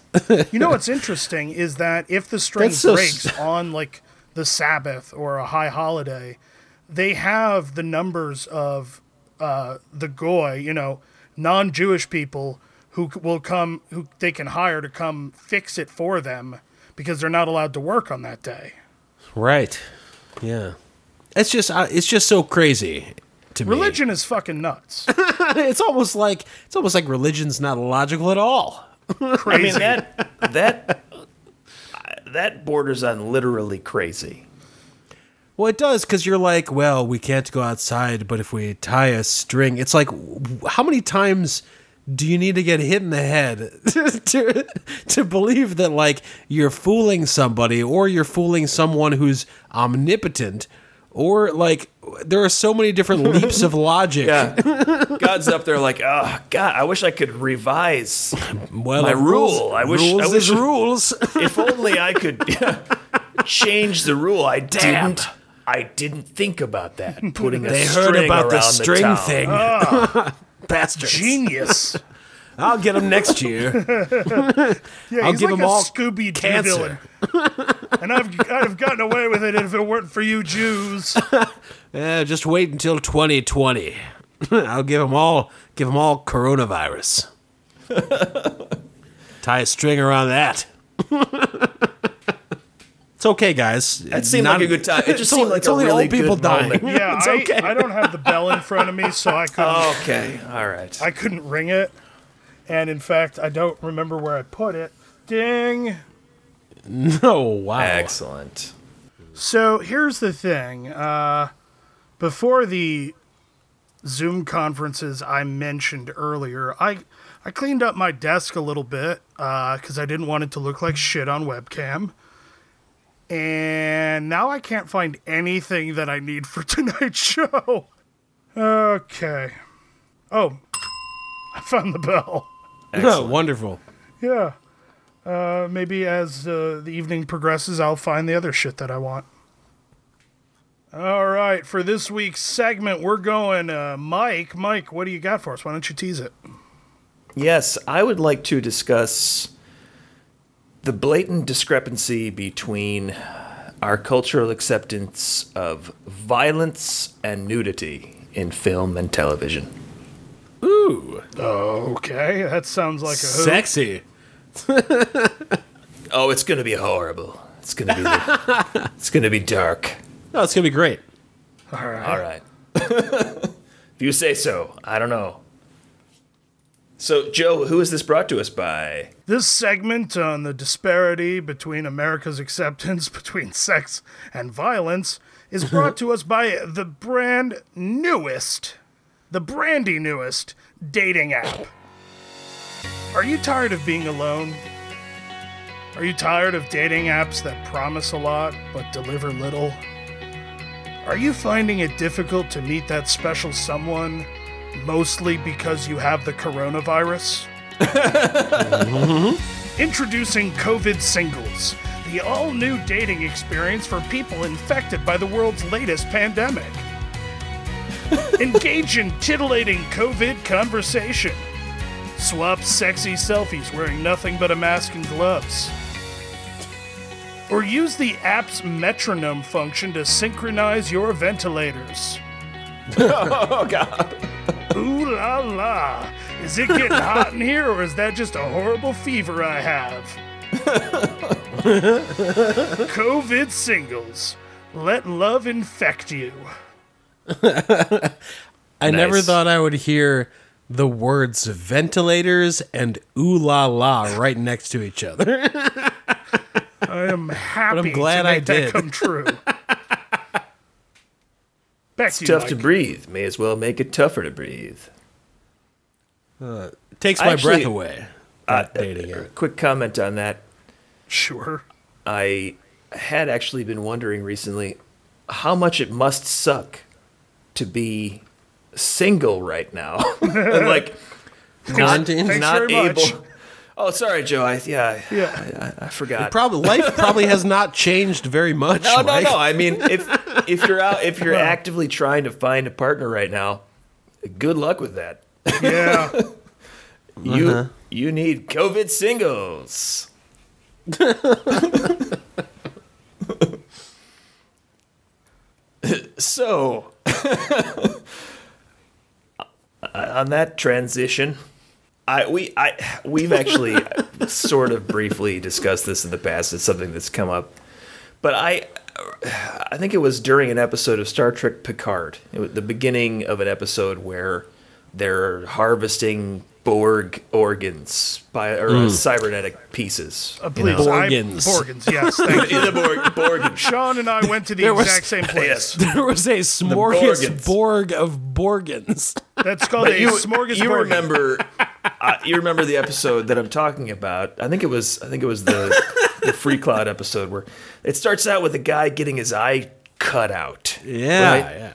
A: You know what's interesting is that if the string
B: That's so
A: breaks on like the Sabbath or a high holiday, they have the numbers of uh, the goy, you know, non-Jewish people who c- will come, who they can hire to come fix it for them because they're not allowed to work on that day.
B: Right. Yeah. It's just uh, it's just so crazy to me.
A: Religion is fucking nuts.
B: <laughs> it's almost like it's almost like religion's not logical at all.
C: I mean
A: Crazy.
C: that
B: <laughs>
C: that that borders on literally crazy.
B: Well, it does because you're like, well, we can't go outside, but if we tie a string, it's like, w- how many times do you need to get hit in the head <laughs> to to believe that like you're fooling somebody or you're fooling someone who's omnipotent or like there are so many different leaps <laughs> of logic.
C: Yeah. <laughs> God's up there like, oh God, I wish I could revise
B: Well,
C: my
B: if
C: rule. I wish
B: rules
C: I
B: is
C: wish <laughs>
B: rules.
C: if only I could <laughs> change the rule. I didn't. I didn't think about that. Putting a
B: They
C: string
B: heard about the
C: around
B: string
C: town. Ah.
B: thing. <laughs> Bastards.
A: Genius.
B: <laughs> I'll get them next year. <laughs>
A: Yeah,
B: I'll
A: he's
B: give
A: like
B: them
A: a
B: all
A: Scooby Doo
B: cancer.
A: villain. and I've I'd have gotten away with it if it weren't for you Jews.
B: Eh, just wait until 2020. <laughs> I'll give them all give 'em all
C: <laughs>
B: coronavirus. Tie a string around that. <laughs> it's okay, guys.
C: That seemed like a good time.
B: <laughs>
C: It just
B: it's
C: seemed
B: only-
C: like
B: it's
C: a
B: only
C: really
B: old people
C: good
B: dying.
C: moment.
A: Yeah,
B: It's
A: I,
B: okay.
A: I don't have the bell in front of me, so I couldn't
C: Okay. All right.
A: I couldn't ring it. And in fact, I don't remember where I put it. Ding.
B: <laughs> Oh wow!
C: Excellent.
A: So here's the thing. Uh, before the Zoom conferences I mentioned earlier, I I cleaned up my desk a little bit because I didn't want it to look like shit on webcam. And now I can't find anything that I need for <laughs> tonight's show. Okay. Oh, I found the bell.
B: Oh, wonderful.
A: Yeah. Uh, maybe as uh, the evening progresses, I'll find the other shit that I want. All right, for this week's segment, we're going, uh, Mike. Mike, what do you got for us? Why don't you tease it?
C: Yes, I would like to discuss the blatant discrepancy between our cultural acceptance of violence and nudity in film and television.
B: Ooh,
A: Okay, that sounds like a hoot.
B: sexy.
C: Oh, it's going to be horrible. It's going to be <laughs> It's going to be dark.
B: No, it's gonna be great.
C: All right. <laughs> if you say so, I don't know. So, Joe, who is this brought to us by?
A: This segment on the disparity between America's acceptance <laughs> between sex and violence is brought to us by the brand newest, the brandy newest dating app. Are you tired of being alone? Are you tired of dating apps that promise a lot but deliver little? Are you finding it difficult to meet that special someone mostly because you have the coronavirus? Introducing COVID Singles, the all new dating experience for people infected by the world's latest pandemic. Engage in titillating COVID conversation. Swap sexy selfies wearing nothing but a mask and gloves. Or use the app's metronome function to synchronize your ventilators. oh, God. Ooh la la. Is it getting hot in here, or is that just a horrible fever I
C: <laughs>
A: have? COVID singles. Let love infect you.
B: I never
C: Nice.
B: thought I would hear the words ventilators and ooh la la right next to each other. <laughs>
A: I am happy
B: glad
A: to
B: I
A: make that
B: did.
A: come
C: <laughs>
A: true. Back to you,
C: Tough to
A: Mike.
C: breathe. May as well make it tougher to breathe.
B: Takes my
C: Actually- uh,
B: breath away. That dating app.
C: Quick comment on that. <laughs>
A: Sure.
C: I had actually been wondering recently how much it must suck to be single right now. <laughs> and
A: <laughs>
C: like
B: Quarantine.
A: Thanks
C: not
A: very much.
C: able. <laughs> Oh, sorry, Joe. I, yeah, I-
A: Yeah.
C: I, I forgot.
B: Probably life probably has not changed very much.
C: no, no,
B: Mike.
C: no. <laughs> I mean, if if you're out, if
A: <laughs>
C: you're actively trying to find a partner right now, good luck with that.
A: Yeah. uh,
C: You you need COVID singles. <laughs> so, <laughs> on that transition, I we I we've actually sort of briefly discussed this in the past. It's something that's come up, but I I think it was during an episode of Star Trek Picard, it was the beginning of an episode where they're harvesting Borg organs by or uh, cybernetic
B: <laughs>
C: pieces.
A: Uh, please. I-
B: Borgans.
A: Borgans, yes. Thank
C: <laughs>
A: you.
C: the Borg, Borg. <laughs>
A: Sean and I went to the
B: There was-
A: exact same place.
B: There was a
C: Borgans.
B: smorgasbord of Borgans.
A: That's called a
C: You,
A: smorgasbord.
B: <laughs>
C: you remember uh, you remember the episode that I'm talking about? I think it was I think it was the the Free Cloud episode where it starts out with a guy getting his eye cut out.
B: Yeah,
C: right?
B: yeah.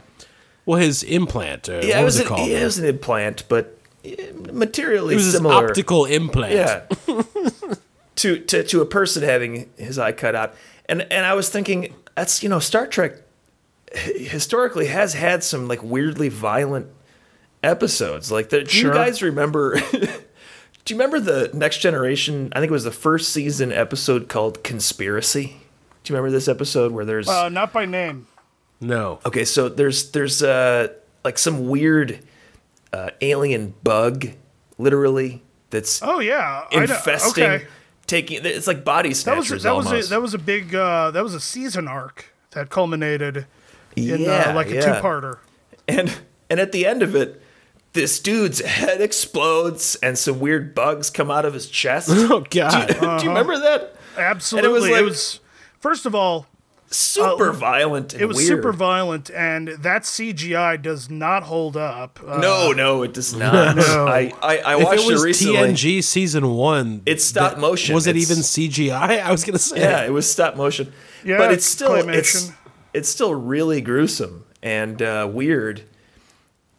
B: Well, his implant. Or
C: yeah.
B: what was
C: It was,
B: it
C: an,
B: called?
C: yeah, it was an implant, but eh, materially
B: It was his
C: similar.
B: optical implant.
C: yeah. <laughs> to, to to a person having his eye cut out, and and I was thinking that's you know Star Trek h- historically has had some like weirdly violent episodes. Like, the, do
A: Sure.
C: you guys remember? <laughs> do you remember the Next Generation? I think it was the first season episode called Conspiracy. Do you remember this episode where there's
A: Uh, not by name.
B: No.
C: Okay, so there's there's uh like some weird uh, alien bug, literally that's
A: Oh yeah, I know-
C: infesting,
A: okay.
C: taking it's like body
A: That was
C: snatchers
A: a, that
C: almost.
A: was a, that was a big uh, that was a season arc that culminated in
C: Yeah,
A: uh, like a
C: yeah.
A: two-parter.
C: and and at the end of it, this dude's head explodes and some weird bugs come out of his chest. Do
B: <laughs> Oh God.
C: you <laughs>
A: Uh-huh.
C: remember that?
A: Absolutely, it was,
C: like-
A: first of all
C: Super violent. And
A: Uh, it was
C: weird.
A: super violent, and that CGI does not hold up. Uh,
C: No, no, it
B: <laughs>
C: does not.
A: No.
C: I I, I
B: If
C: watched
B: it was
C: recently.
B: TNG season one,
C: It's stop
B: that-
C: motion.
B: Was it
C: It's-
B: even CGI? I <laughs> was gonna say.
C: <laughs> Yeah, it was stop motion.
A: Yeah,
C: but
A: it's
C: it's still it's,
A: claymation.
C: it's still really gruesome and uh, weird.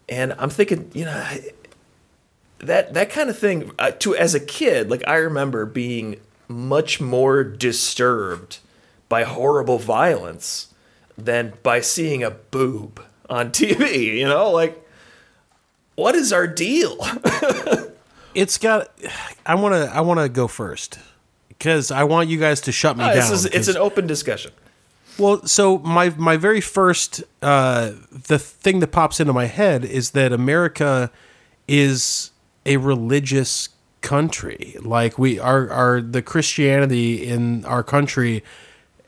C: And I'm thinking, you know, I- that that kind of thing. Uh, to as a kid, like I remember being much more disturbed by horrible violence than by seeing a boob on TV. <laughs> You know, like what is our deal? <laughs>
B: It's got. I wanna. I wanna go first because I want you guys to shut me down.
C: this is it's
B: 'cause-
C: an open discussion.
B: Well, so my my very first uh, the thing that pops into my head is that America is a religious country. Like we are are the Christianity in our country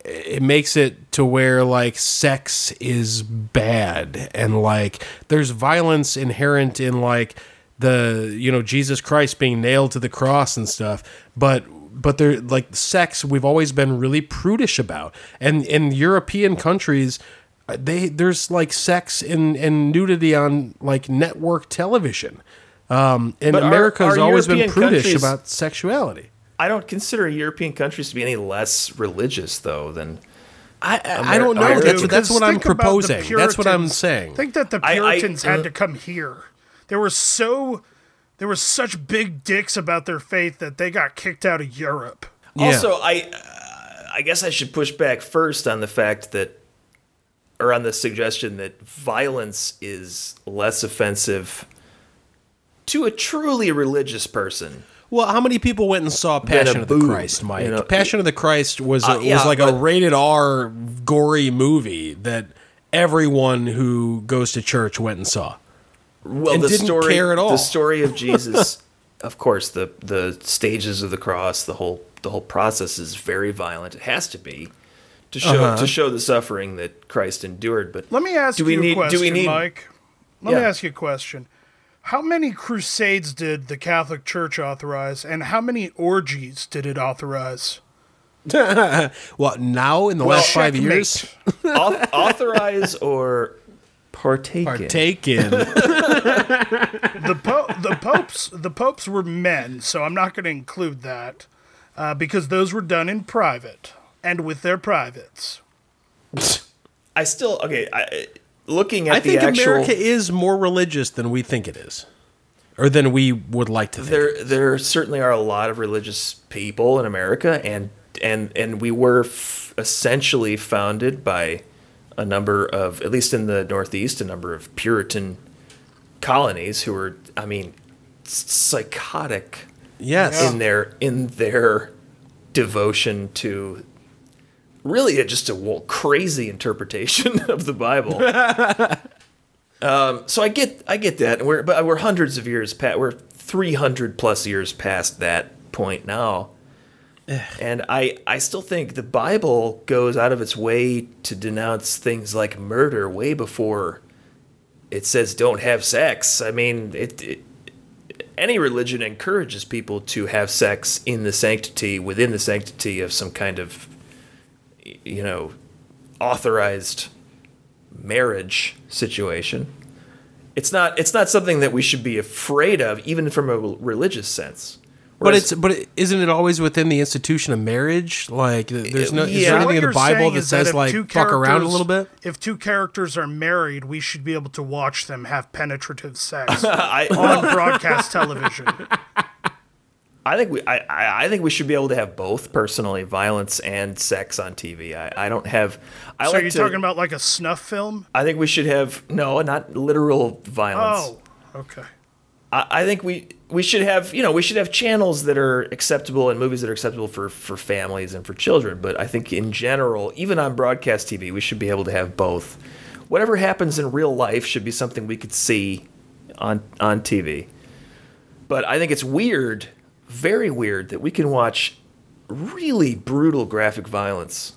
B: it makes it to where like sex is bad and like there's violence inherent in like the you know Jesus Christ being nailed to the cross and stuff but but they're like sex we've always been really prudish about and in European countries uh, they there's like sex and and nudity on like network television um and
C: But our-
B: America's
C: our
B: always been
C: European
B: prudish
C: countries-
B: about sexuality
C: I don't consider European countries to be any less religious, though. Than
B: I, I, I don't know.
C: I do,
B: that's, that's
A: because
B: what I'm
A: think about the
B: proposing. That's what I'm
A: Puritans.
B: saying.
A: Think that the
C: I- I-
A: Puritans had
C: uh,
A: to come here. They were so they were such big dicks about their faith that they got kicked out of Europe.
B: Yeah.
C: also, I uh, I guess I should push back first on the fact that, or on the suggestion that violence is less offensive to a truly religious person.
B: Well, how many people went and saw Passion of the
C: boob,
B: Christ, Mike?
C: you know?
B: Passion of the Christ was a,
C: Uh, yeah,
B: was like a
C: but-
B: rated R gory movie that everyone who goes to church went and saw.
C: Well,
B: And
C: the
B: didn't
C: story,
B: care at all.
C: the
B: <laughs>
C: story of Jesus, of course, the the stages of the cross, the whole the whole process is very violent. It has to be to show
B: Uh-huh.
C: to show the suffering that Christ endured. But
A: Let me ask
C: do we
A: you
C: need,
A: a question,
C: do we need,
A: Mike. Let me
C: Yeah.
A: ask you a question. How many crusades did the Catholic Church authorize, and how many orgies did it authorize?
B: What now in the last five years?
A: Checkmate.
C: Auth-
B: <laughs>
C: authorize or partake? in?
B: Partake
C: <laughs>
B: in.
A: the po- <laughs> the popes the popes were men, so I'm not going to include that uh, because those were done in private and with their privates.
C: I still okay. I, looking at
B: I
C: the
B: think
C: actual,
B: America is more religious than we think it is, or than we would like to think.
C: there there certainly are a lot of religious people in America, and and and we were f- essentially founded by a number of, at least in the Northeast, a number of Puritan colonies who were, I mean, s- psychotic
B: yes.
C: in their in their devotion to really just a wo- crazy interpretation <laughs> of the Bible. um, so I get I get that. We're but we're hundreds of years past. We're three hundred plus years past that point now. And I, I still think the Bible goes out of its way to denounce things like murder way before it says don't have sex. I mean, it, it any religion encourages people to have sex in the sanctity within the sanctity of some kind of y- you know authorized marriage situation It's not it's not something that we should be afraid of, even from a religious sense.
B: But
C: Whereas-
B: it's but it- isn't it always within the institution of marriage? Like, th- there's no is
C: yeah.
B: there
C: So
A: What
B: anything in
A: you're
B: the Bible
A: saying
B: that
A: is that
B: says
A: if
B: like
A: two
B: fuck around a
A: characters-
B: little bit?
A: If two characters are married, we should be able to watch them have penetrative
B: <laughs>
A: sex
C: I
A: on broadcast television.
C: I think we I- I, I think we should be able to have both personally, violence and sex on TV. I, I don't have I
A: So
C: like
A: are you
C: to,
A: talking about like a snuff film?
C: I think we should have no, not literal violence.
A: Oh, okay.
C: I, I think we we should have you know we should have channels that are acceptable and movies that are acceptable for for families and for children. But I think in general, even on broadcast TV, we should be able to have both. Whatever happens in real life should be something we could see on on TV. But I think it's weird, very weird, that we can watch really brutal graphic violence,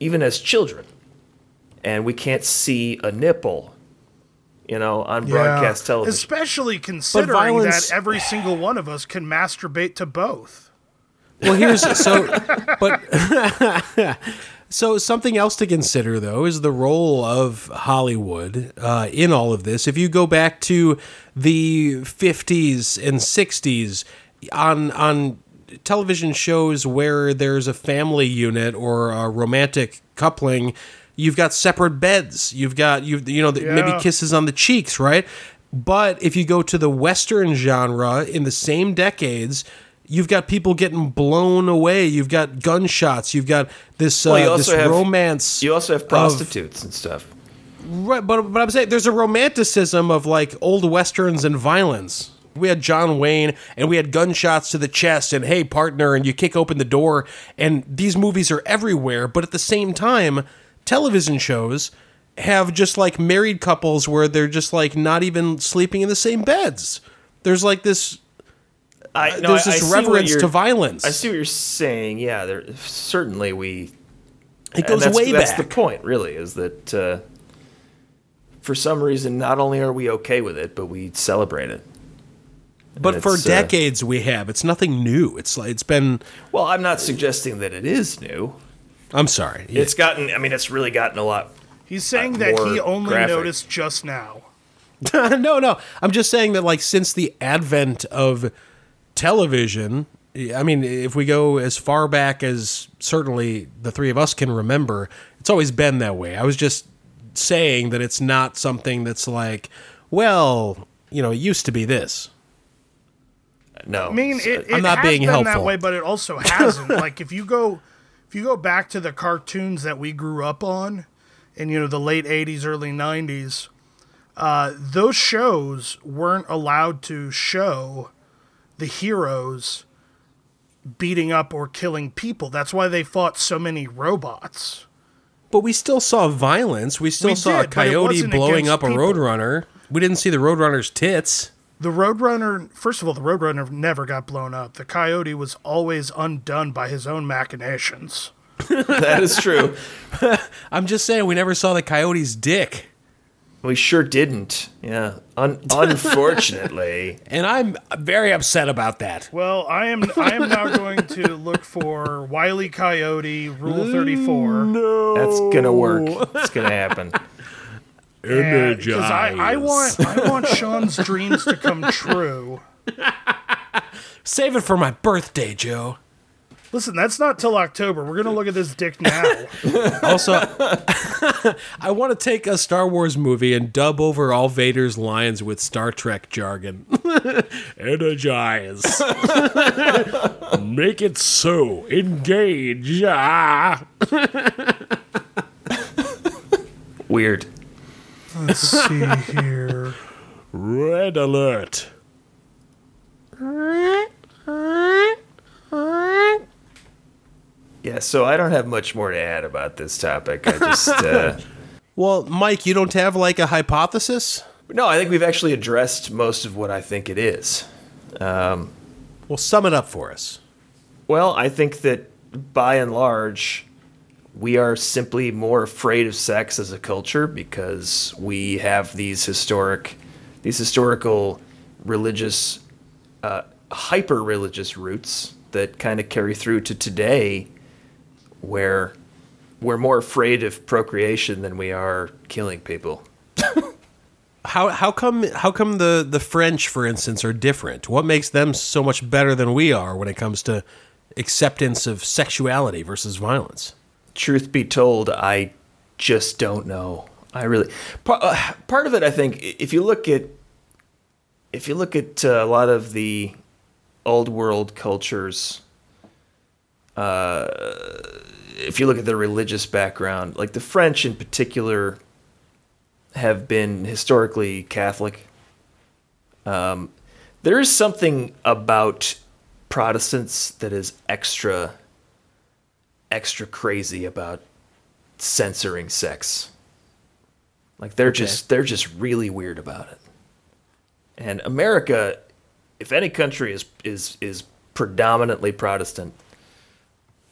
C: even as children, and we can't see a nipple, you know, on broadcast television.
A: Especially considering
B: violence-
A: that every single one of us can masturbate to both.
B: Well, here's so, but so something else to consider though is the role of Hollywood uh, in all of this. If you go back to the '50s and '60s on on television shows where there's a family unit or a romantic coupling, you've got separate beds. You've got you you know maybe
A: Yeah.
B: kisses on the cheeks, right? But if you go to the Western genre in the same decades, you've got people getting blown away. You've got gunshots. You've got this
C: Well, you
B: uh, this
C: also have-
B: romance.
C: You also have prostitutes and stuff.
B: right, but but I'm saying there's a romanticism of like old westerns and violence. We had John Wayne and we had gunshots to the chest and hey partner and you kick open the door and these movies are everywhere. But at the same time, television shows have just like married couples where they're just like not even sleeping in the same beds. There's like this
C: I, no,
B: Uh, there's
C: I- I
B: this
C: see what
B: reverence
C: you're-
B: to violence.
C: I see what you're saying. Yeah, there certainly we
B: it
C: and
B: goes
C: that's,
B: way
C: that's
B: back.
C: the point, really, is that uh, for some reason, not only are we okay with it, but we celebrate it.
B: But for
C: It's, uh,
B: decades we have. It's nothing new. It's like it's been.
C: Well, I'm not suggesting that it is new.
B: I'm sorry.
C: It's gotten. I mean, it's really gotten a lot.
A: He's saying that he
C: Uh, more
A: only
C: graphic.
A: noticed just now.
B: <laughs> no, no. I'm just saying that like since the advent of television, I mean, if we go as far back as certainly the three of us can remember, it's always been that way. I was just saying that it's not something that's like, well, you know, it used to be this.
C: No,
A: I
C: <laughs>
A: mean, it, it
B: I'm not
A: has
B: being
A: been that
B: helpful.
A: way, but it also hasn't. like if you go, if you go back to the cartoons that we grew up on, in you know the late '80s, early '90s, uh, those shows weren't allowed to show the heroes beating up or killing people. That's why they fought so many robots.
B: But we still saw violence. We still
A: We
B: saw a
A: did, but it
B: coyote
A: wasn't
B: blowing
A: against
B: up a
A: people.
B: roadrunner. We didn't see the roadrunner's tits.
A: The Roadrunner, first of all, the Roadrunner never got blown up. The Coyote was always undone by his own machinations.
C: that
B: <laughs>
C: is true.
B: I'm just saying we never saw the coyote's dick.
C: We sure didn't. Yeah, Un- unfortunately.
B: And I'm very upset about that.
A: Well, I am I am now going to look for Wiley Coyote Rule 34.
C: That's gonna work. It's gonna happen.
A: Because I, I want I want Sean's dreams to come true.
B: Save it for my birthday, Joe.
A: Listen, that's not till October. We're gonna look at this dick now.
B: Also, <laughs> I want to take a Star Wars movie and dub over all Vader's lines with Star Trek jargon. <laughs> Energize. <laughs> Make it so. Engage. Ah.
C: Weird.
A: Let's see here.
B: Red alert.
C: Yeah, so I don't have much more to add about this topic. I just uh,
B: Well, Mike, you don't have like a hypothesis?
C: no, I think we've actually addressed most of what I think it is.
B: Well, sum it up for us.
C: Well, I think that by and large, we are simply more afraid of sex as a culture because we have these historic, these historical religious, uh, hyper religious roots that kind of carry through to today, where we're more afraid of procreation than we are killing people.
B: How how come how come the the French, for instance, are different? What makes them so much better than we are when it comes to acceptance of sexuality versus violence?
C: truth be told, I just don't know. I really part, uh, part of it. I think i- if you look at if you look at uh, a lot of the old world cultures, uh, if you look at their religious background, like the French in particular, have been historically Catholic. Um, there is something about Protestants that is extra extra crazy about censoring sex. Like they're just they're just really weird about it. And America, if any country is is is predominantly Protestant,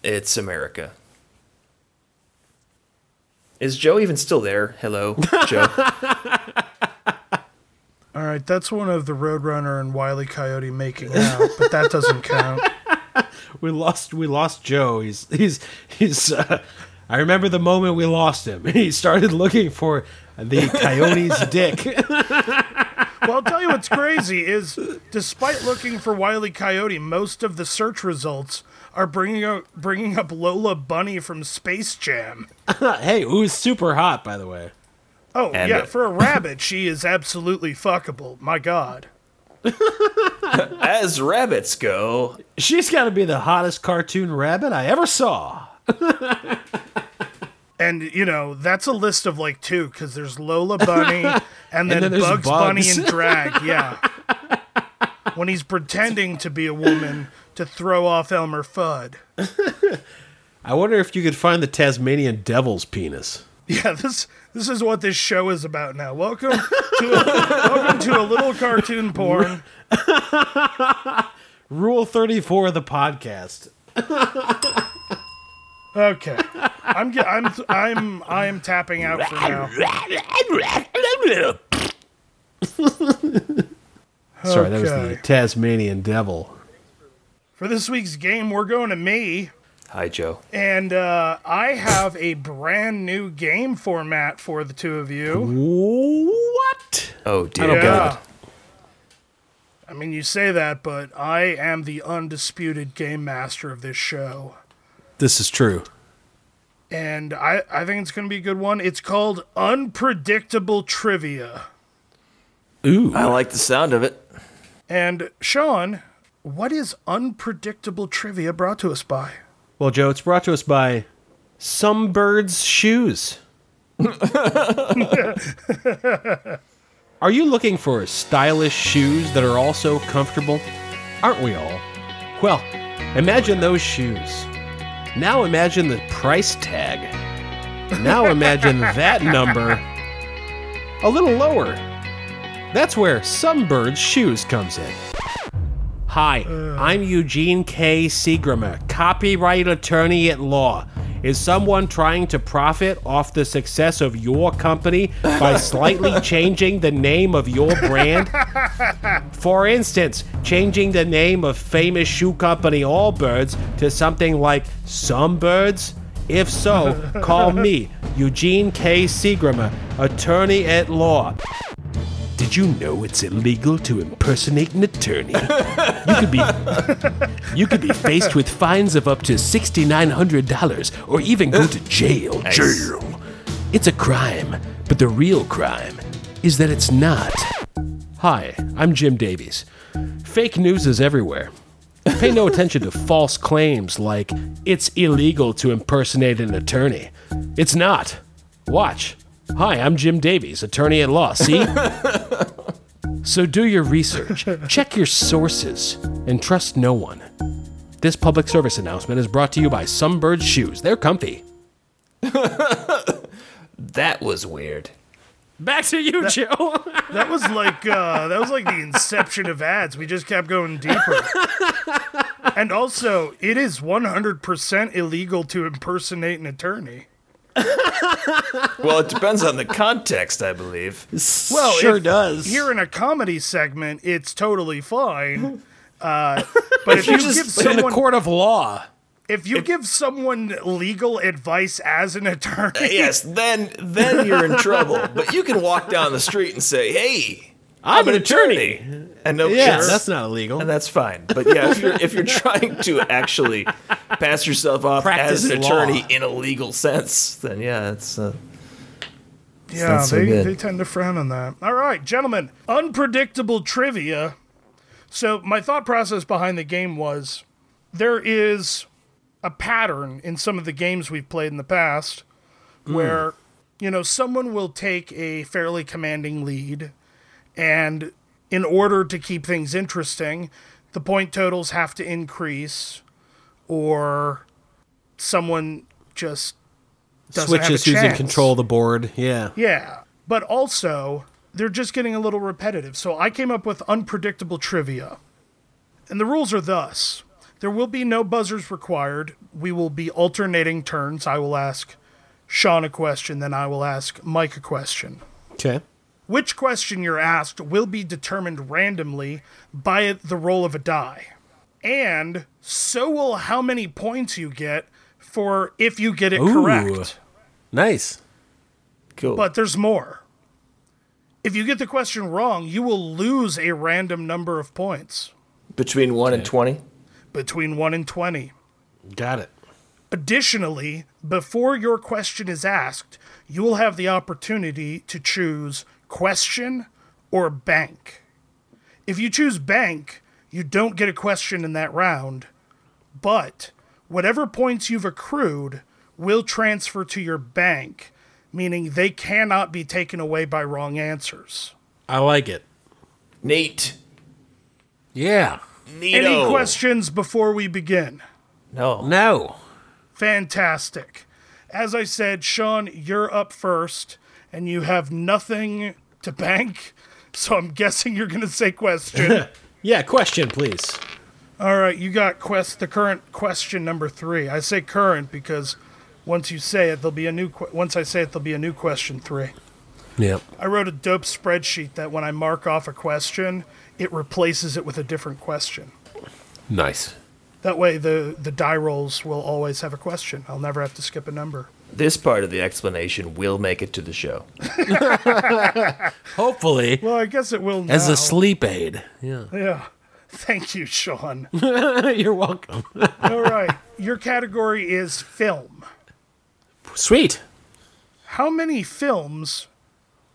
C: it's America. Is Joe even still there? Hello, Joe.
A: All right, that's one of the Roadrunner and Wile E. Coyote making out, but that doesn't count.
B: We lost we lost Joe. He's he's he's. Uh, I remember the moment we lost him. <laughs> He started looking for the coyote's <laughs> dick.
A: Well, I'll tell you what's crazy is, despite looking for Wile E. Coyote, most of the search results are bringing up, bringing up Lola Bunny from Space Jam.
B: hey, who's super hot, by the way?
A: Oh
C: And-
A: yeah, for a rabbit, she is absolutely fuckable. My God.
C: As rabbits go,
B: She's got to be the hottest cartoon rabbit I ever saw.
A: And you know that's a list of like two because there's Lola
B: <laughs>
A: Bunny and then,
B: then there's
A: Bugs, Bunny
B: Bugs.
A: in drag. Yeah, when he's pretending to be a woman to throw off Elmer Fudd.
B: I wonder if you could find the Tasmanian devil's penis.
A: Yeah, this this is what this show is about now. Welcome to a, welcome to a little cartoon porn.
B: Rule 34 of the podcast.
A: Okay, I'm ge- I'm I'm I'm tapping out for now.
B: Sorry, that was
A: Okay.
B: the Tasmanian devil.
A: For this week's game, we're going to me.
C: hi Joe.
A: And uh, I have a brand new game format for the two of you.
B: What?
C: Oh dear
A: Yeah.
C: God.
A: I mean, you say that, but I am the undisputed game master of this show.
B: This is true.
A: And I, I think it's going to be a good one. It's called Unpredictable Trivia.
B: Ooh.
C: I like the sound of it.
A: And Sean, what is Unpredictable Trivia brought to us by?
B: Well, Joe, it's brought to us by Some Birds Shoes. are you looking for stylish shoes that are also comfortable? Aren't we all? Well, imagine those shoes. Now imagine the price tag. Now imagine that number a little lower. That's where Some Birds Shoes comes in. Hi, I'm Eugene K. Seagramer, copyright attorney at law. Is someone trying to profit off the success of your company by slightly changing the name of your brand? For instance, changing the name of famous shoe company Allbirds to something like Sunbirds? If so, call me, Eugene K. Seagramer, attorney at law. Did you know it's illegal to impersonate an attorney? You could be you could be faced with fines of up to $6900 or even go to jail. Jail. It's a crime, but the real crime is that it's not. Hi, I'm Jim Davies. Fake news is everywhere. Pay no attention to false claims like it's illegal to impersonate an attorney. It's not. Watch. Hi, I'm Jim Davies, attorney at law. See? So do your <laughs> research, check your sources, and trust no one. This public service announcement is brought to you by Sunbird Shoes. They're comfy.
C: That was weird.
B: Back to you, Joe.
A: That was like uh, that was like the inception of ads. We just kept going deeper. And also, it is 100% illegal to impersonate an attorney.
C: Well, it depends on the context, I believe.
B: <laughs> well, sure does.
A: Here in a comedy segment, it's totally fine. Uh, but if you give
B: in a
A: someone
B: court of law.
A: If you give someone legal advice as an attorney,
C: yes, then then you're in trouble. But you can walk down the street and say, "Hey, I'm, an attorney," and no,
B: Yeah,
C: sure.
B: that's not illegal.
C: and that's fine. But yeah, if you're if you're trying to actually pass yourself off
B: Practice
C: as an
B: law.
C: attorney in a legal sense, then yeah, it's uh,
A: yeah,
C: not so
A: they,
C: good.
A: they tend to frown on that. All right, gentlemen, unpredictable trivia. So, my thought process behind the game was there is a pattern in some of the games we've played in the past where, you know, someone will take a fairly commanding lead, and in order to keep things interesting, the point totals have to increase or someone just doesn't have a
B: Switches who's in
A: chance.
B: control of the board. Yeah.
A: Yeah. But also, they're just getting a little repetitive. So I came up with unpredictable trivia. And the rules are thus there will be no buzzers required. We will be alternating turns. I will ask Sean a question, then I will ask Mike a question.
B: Okay.
A: Which question you're asked will be determined randomly by the roll of a die. And so will how many points you get for if you get it
B: Ooh.
A: correct.
B: Nice.
C: cool.
A: But there's more. If you get the question wrong, you will lose a random number of points
C: Between one and twenty.
A: between 1 and 20.
B: Got it.
A: Additionally, before your question is asked, you will have the opportunity to choose question or bank. If you choose bank, you don't get a question in that round, but whatever points you've accrued will transfer to your bank, meaning they cannot be taken away by wrong answers.
B: I like it.
C: Nate,
B: Yeah.
A: Any
C: Nito.
A: questions before we begin?
C: No.
B: No.
A: Fantastic. As I said, Sean, you're up first, and you have nothing to bank, <laughs> so I'm guessing you're going to say question.
B: Yeah. Question, please.
A: All right, you got quest the current question number three. I say current because once you say it, there'll be a new. Que- once I say it, there'll be a new question three.
B: Yeah.
A: I wrote a dope spreadsheet that when I mark off a question, it replaces it with a different question.
B: Nice.
A: That way, the the die rolls will always have a question. I'll never have to skip a number.
C: This part of the explanation will make it to the show.
B: Hopefully,
A: Well, I guess it will now.
B: as a sleep aid. Yeah.
A: yeah. <laughs> Thank you, Sean.
B: <laughs> You're welcome.
A: All right. Your category is film.
B: Oh, Sweet.
A: How many films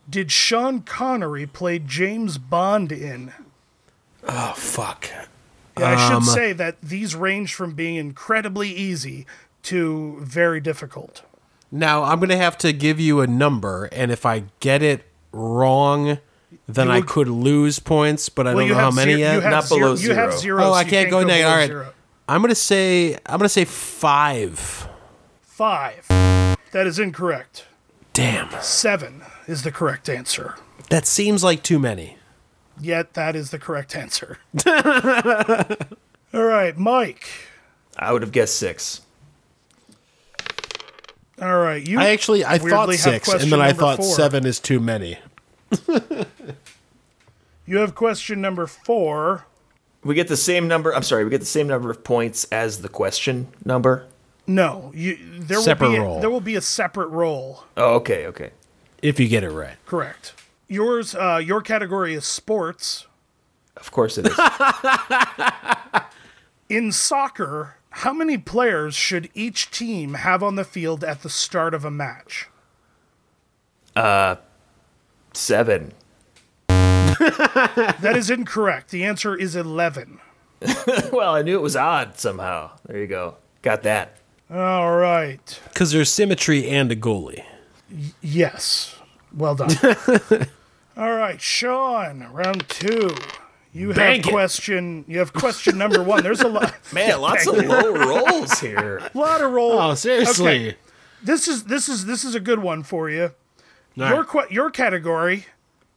A: did Sean Connery play James Bond in?
B: Oh fuck.
A: Yeah, I
B: Um, uh,
A: should say that these range from being incredibly easy to very difficult.
B: Now I'm gonna have to give you a number, and if I get it wrong, then I
A: will-
B: could lose points. But I
A: Well,
B: don't
A: you
B: know how
A: have
B: many
A: zero,
B: yet.
A: you have
C: Not
A: zero,
C: below
A: You have
C: zero.
A: zero.
B: oh, I
A: so you
B: can't go negative.
A: below
B: All right.
A: zero.
B: I'm gonna say I'm gonna say five.
A: Five. That is incorrect.
B: Damn,
A: Seven is the correct answer.
B: that seems like too many.
A: Yet that is the correct
B: <laughs>
A: answer. All right, Mike.
C: I would have guessed six.
A: All right, you.
B: I actually I thought
A: weirdly have
B: six, and
A: question
B: then I
A: number
B: thought
A: four.
B: seven is too many.
A: You have question number four.
C: We get the same number. I'm sorry. We get the same number of points as the question number.
A: No, you. There
B: Separate
A: will be
B: roll.
A: A, there will be a separate roll.
C: Oh, okay, okay.
B: If you get it right,
A: Correct. Yours. Uh, your category is sports.
C: Of course it is.
A: In soccer, how many players should each team have on the field at the start of a match?
C: Seven. <laughs>
A: That is incorrect. The answer is eleven.
C: Well, I knew it was odd somehow. There you go. Got that.
A: All right.
B: because there's symmetry and
A: <laughs>
B: a goalie.
A: Yes. Well
B: <laughs>
A: done. All right, Sean. Round two. You
B: Bang
A: have
B: it.
A: question. You have question number one. There's a
B: <laughs>
A: lot.
C: Man, lots of low <laughs> rolls here.
A: lot of roll.
B: Oh, seriously.
A: Okay. This is this is this is a good one for you.
B: All
A: Your
B: right.
A: qu- your category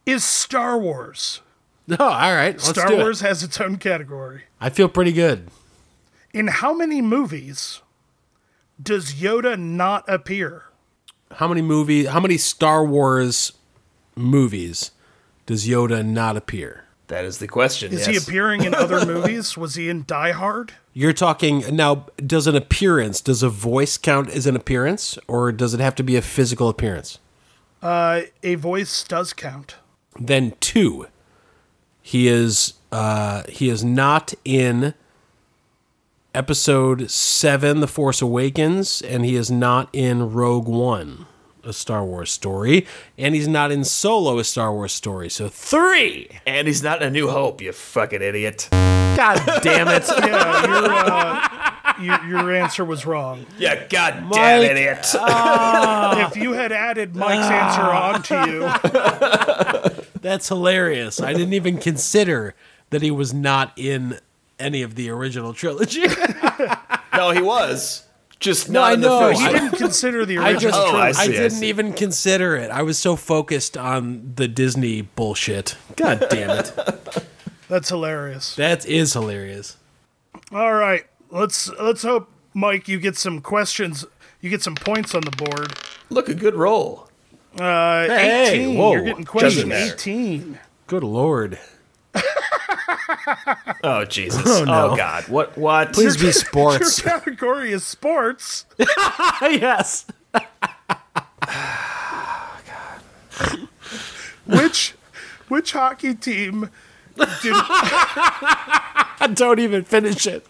A: is Star Wars.
B: No, all right. Let's
A: Star
B: do it.
A: Wars has its own category.
B: I feel pretty good.
A: In how many movies does Yoda not appear?
B: How many movie? How many Star Wars movies does Yoda not appear?
C: That is the question.
A: Is
C: yes.
A: he appearing in
B: <laughs>
A: other movies? Was he in Die Hard?
B: You're talking now. Does an appearance? Does a voice count as an appearance, or does it have to be a physical appearance?
A: Uh, a voice does count.
B: Then two. He is. Uh, he is not in episode seven, The Force Awakens, and he is not in Rogue One, a Star Wars story, and he's not in Solo, a Star Wars story. So three.
C: and he's not in A New Hope, you fucking idiot. <laughs>
B: God damn it!
A: Yeah, your, uh, your, your answer was wrong.
C: You goddamn
B: Mike,
C: idiot.
B: Uh,
A: If you had added Mike's answer onto you,
B: <laughs> That's hilarious. I didn't even consider that he was not in any of the original trilogy.
C: <laughs>
B: <laughs>
C: no, he was. Just
B: No,
C: not
B: I
C: in the
B: know.
C: first
B: He
A: I
C: one.
A: didn't consider the
B: I
A: original
B: just
C: Oh,
A: trilogy.
C: I see,
B: I
C: I
B: didn't
C: see.
B: even consider it. I was so focused on the Disney bullshit. <laughs> God damn it.
A: That's hilarious.
B: That is hilarious.
A: All right, let's let's hope Mike, you get some questions, you get some points on the board.
C: Look, a good roll.
A: Uh,
B: Hey,
A: 18.
B: whoa,
A: You're getting
B: doesn't
A: question
C: matter.
A: 18.
B: Good lord.
C: Oh Jesus! Oh,
B: no.
C: God! What? What?
B: Please be
A: Your
B: sports.
A: category is sports.
B: yes. <laughs>
A: Which which hockey team did
B: Don't even finish it.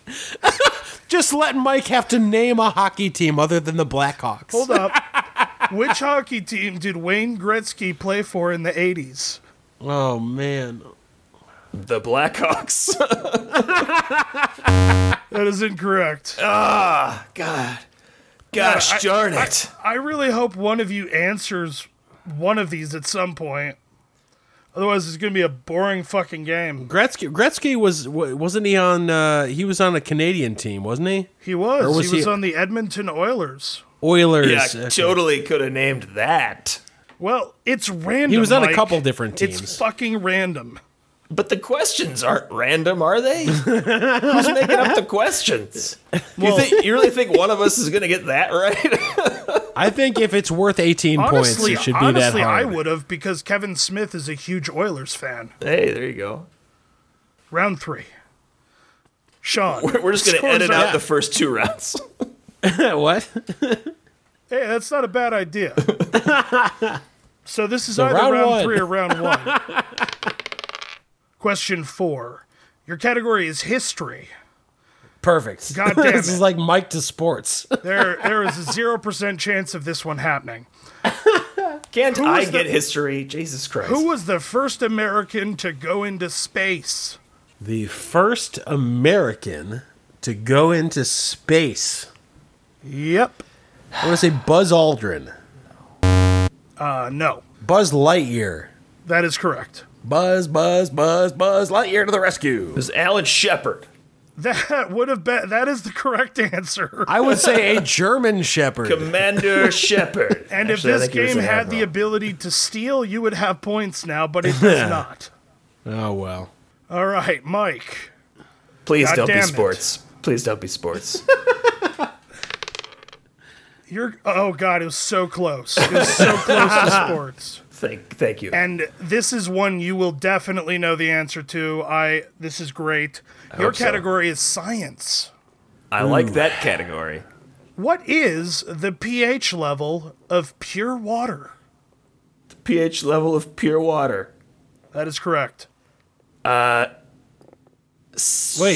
B: <laughs> Just let Mike have to name a hockey team other than the Blackhawks.
A: hold up? Which hockey team did Wayne Gretzky play for in the 80s?
B: Oh man.
C: <laughs> The Blackhawks.
A: That is incorrect.
C: God. Gosh
A: I-
C: darn it.
A: I really hope one of you answers one of these at some point. Otherwise, it's going to be a boring fucking game.
B: Gretzky Gretzky was wa- wasn't he on uh, he was on a Canadian team, wasn't he?
A: He was.
B: Or was
A: he was
B: he-
A: on the Edmonton Oilers.
B: Oilers. Uh,
C: yeah,
B: Okay.
C: totally could have named that.
A: Well, it's random.
B: He was on a
A: Mike.
B: couple different teams.
A: It's fucking random.
C: But the questions aren't random, are they? Who's making up the questions? you, think, you really think one of us is going to get that right? <laughs>
B: I think if it's worth 18
A: Honestly,
B: points, it should be that
A: honestly, I
B: hard.
A: would have because Kevin Smith is a huge Oilers fan.
C: hey, there you go.
A: Round three. Sean,
C: We're, we're just going to
A: Scores
C: edit
A: up.
C: out the first two rounds.
B: <laughs> what?
A: Hey, that's not a bad idea. so this is either round,
B: round one.
A: three or round one. Question four. Your category is history.
B: Perfect. <laughs>
A: God damn
B: this
A: it.
B: is like Mike to sports.
A: There, there is a zero percent chance of this one happening.
C: Can't I
A: the-
C: get history? Jesus Christ.
A: Who was the first American to go into space?
B: the first American to go into space.
A: Yep.
B: I want to say Buzz Aldrin,
A: Uh, no,
B: Buzz Lightyear.
A: that is correct.
B: Buzz, Buzz, Buzz, Buzz Lightyear to the rescue.
C: It was Alan Shepard.
A: That would have been. That is the correct answer.
B: I would say a German Shepherd.
C: Commander Shepard.
A: And
C: Actually, I
A: if this
C: think he was
A: game
C: an
A: had the
C: admiral.
A: ability to steal, you would have points now, but it does not.
B: Oh, well.
A: All right, Mike.
C: Please
A: God
C: don't be
A: damn it.
C: sports. Please don't be sports.
A: You're oh god, it was so close. It was so close to sports.
C: thank, thank you.
A: And this is one you will definitely know the answer to. I this is great. Your
C: hope so.
A: category is science.
C: I like that category.
A: What is the pH level of pure water?
C: pH level of pure water.
A: That is correct.
B: Wait,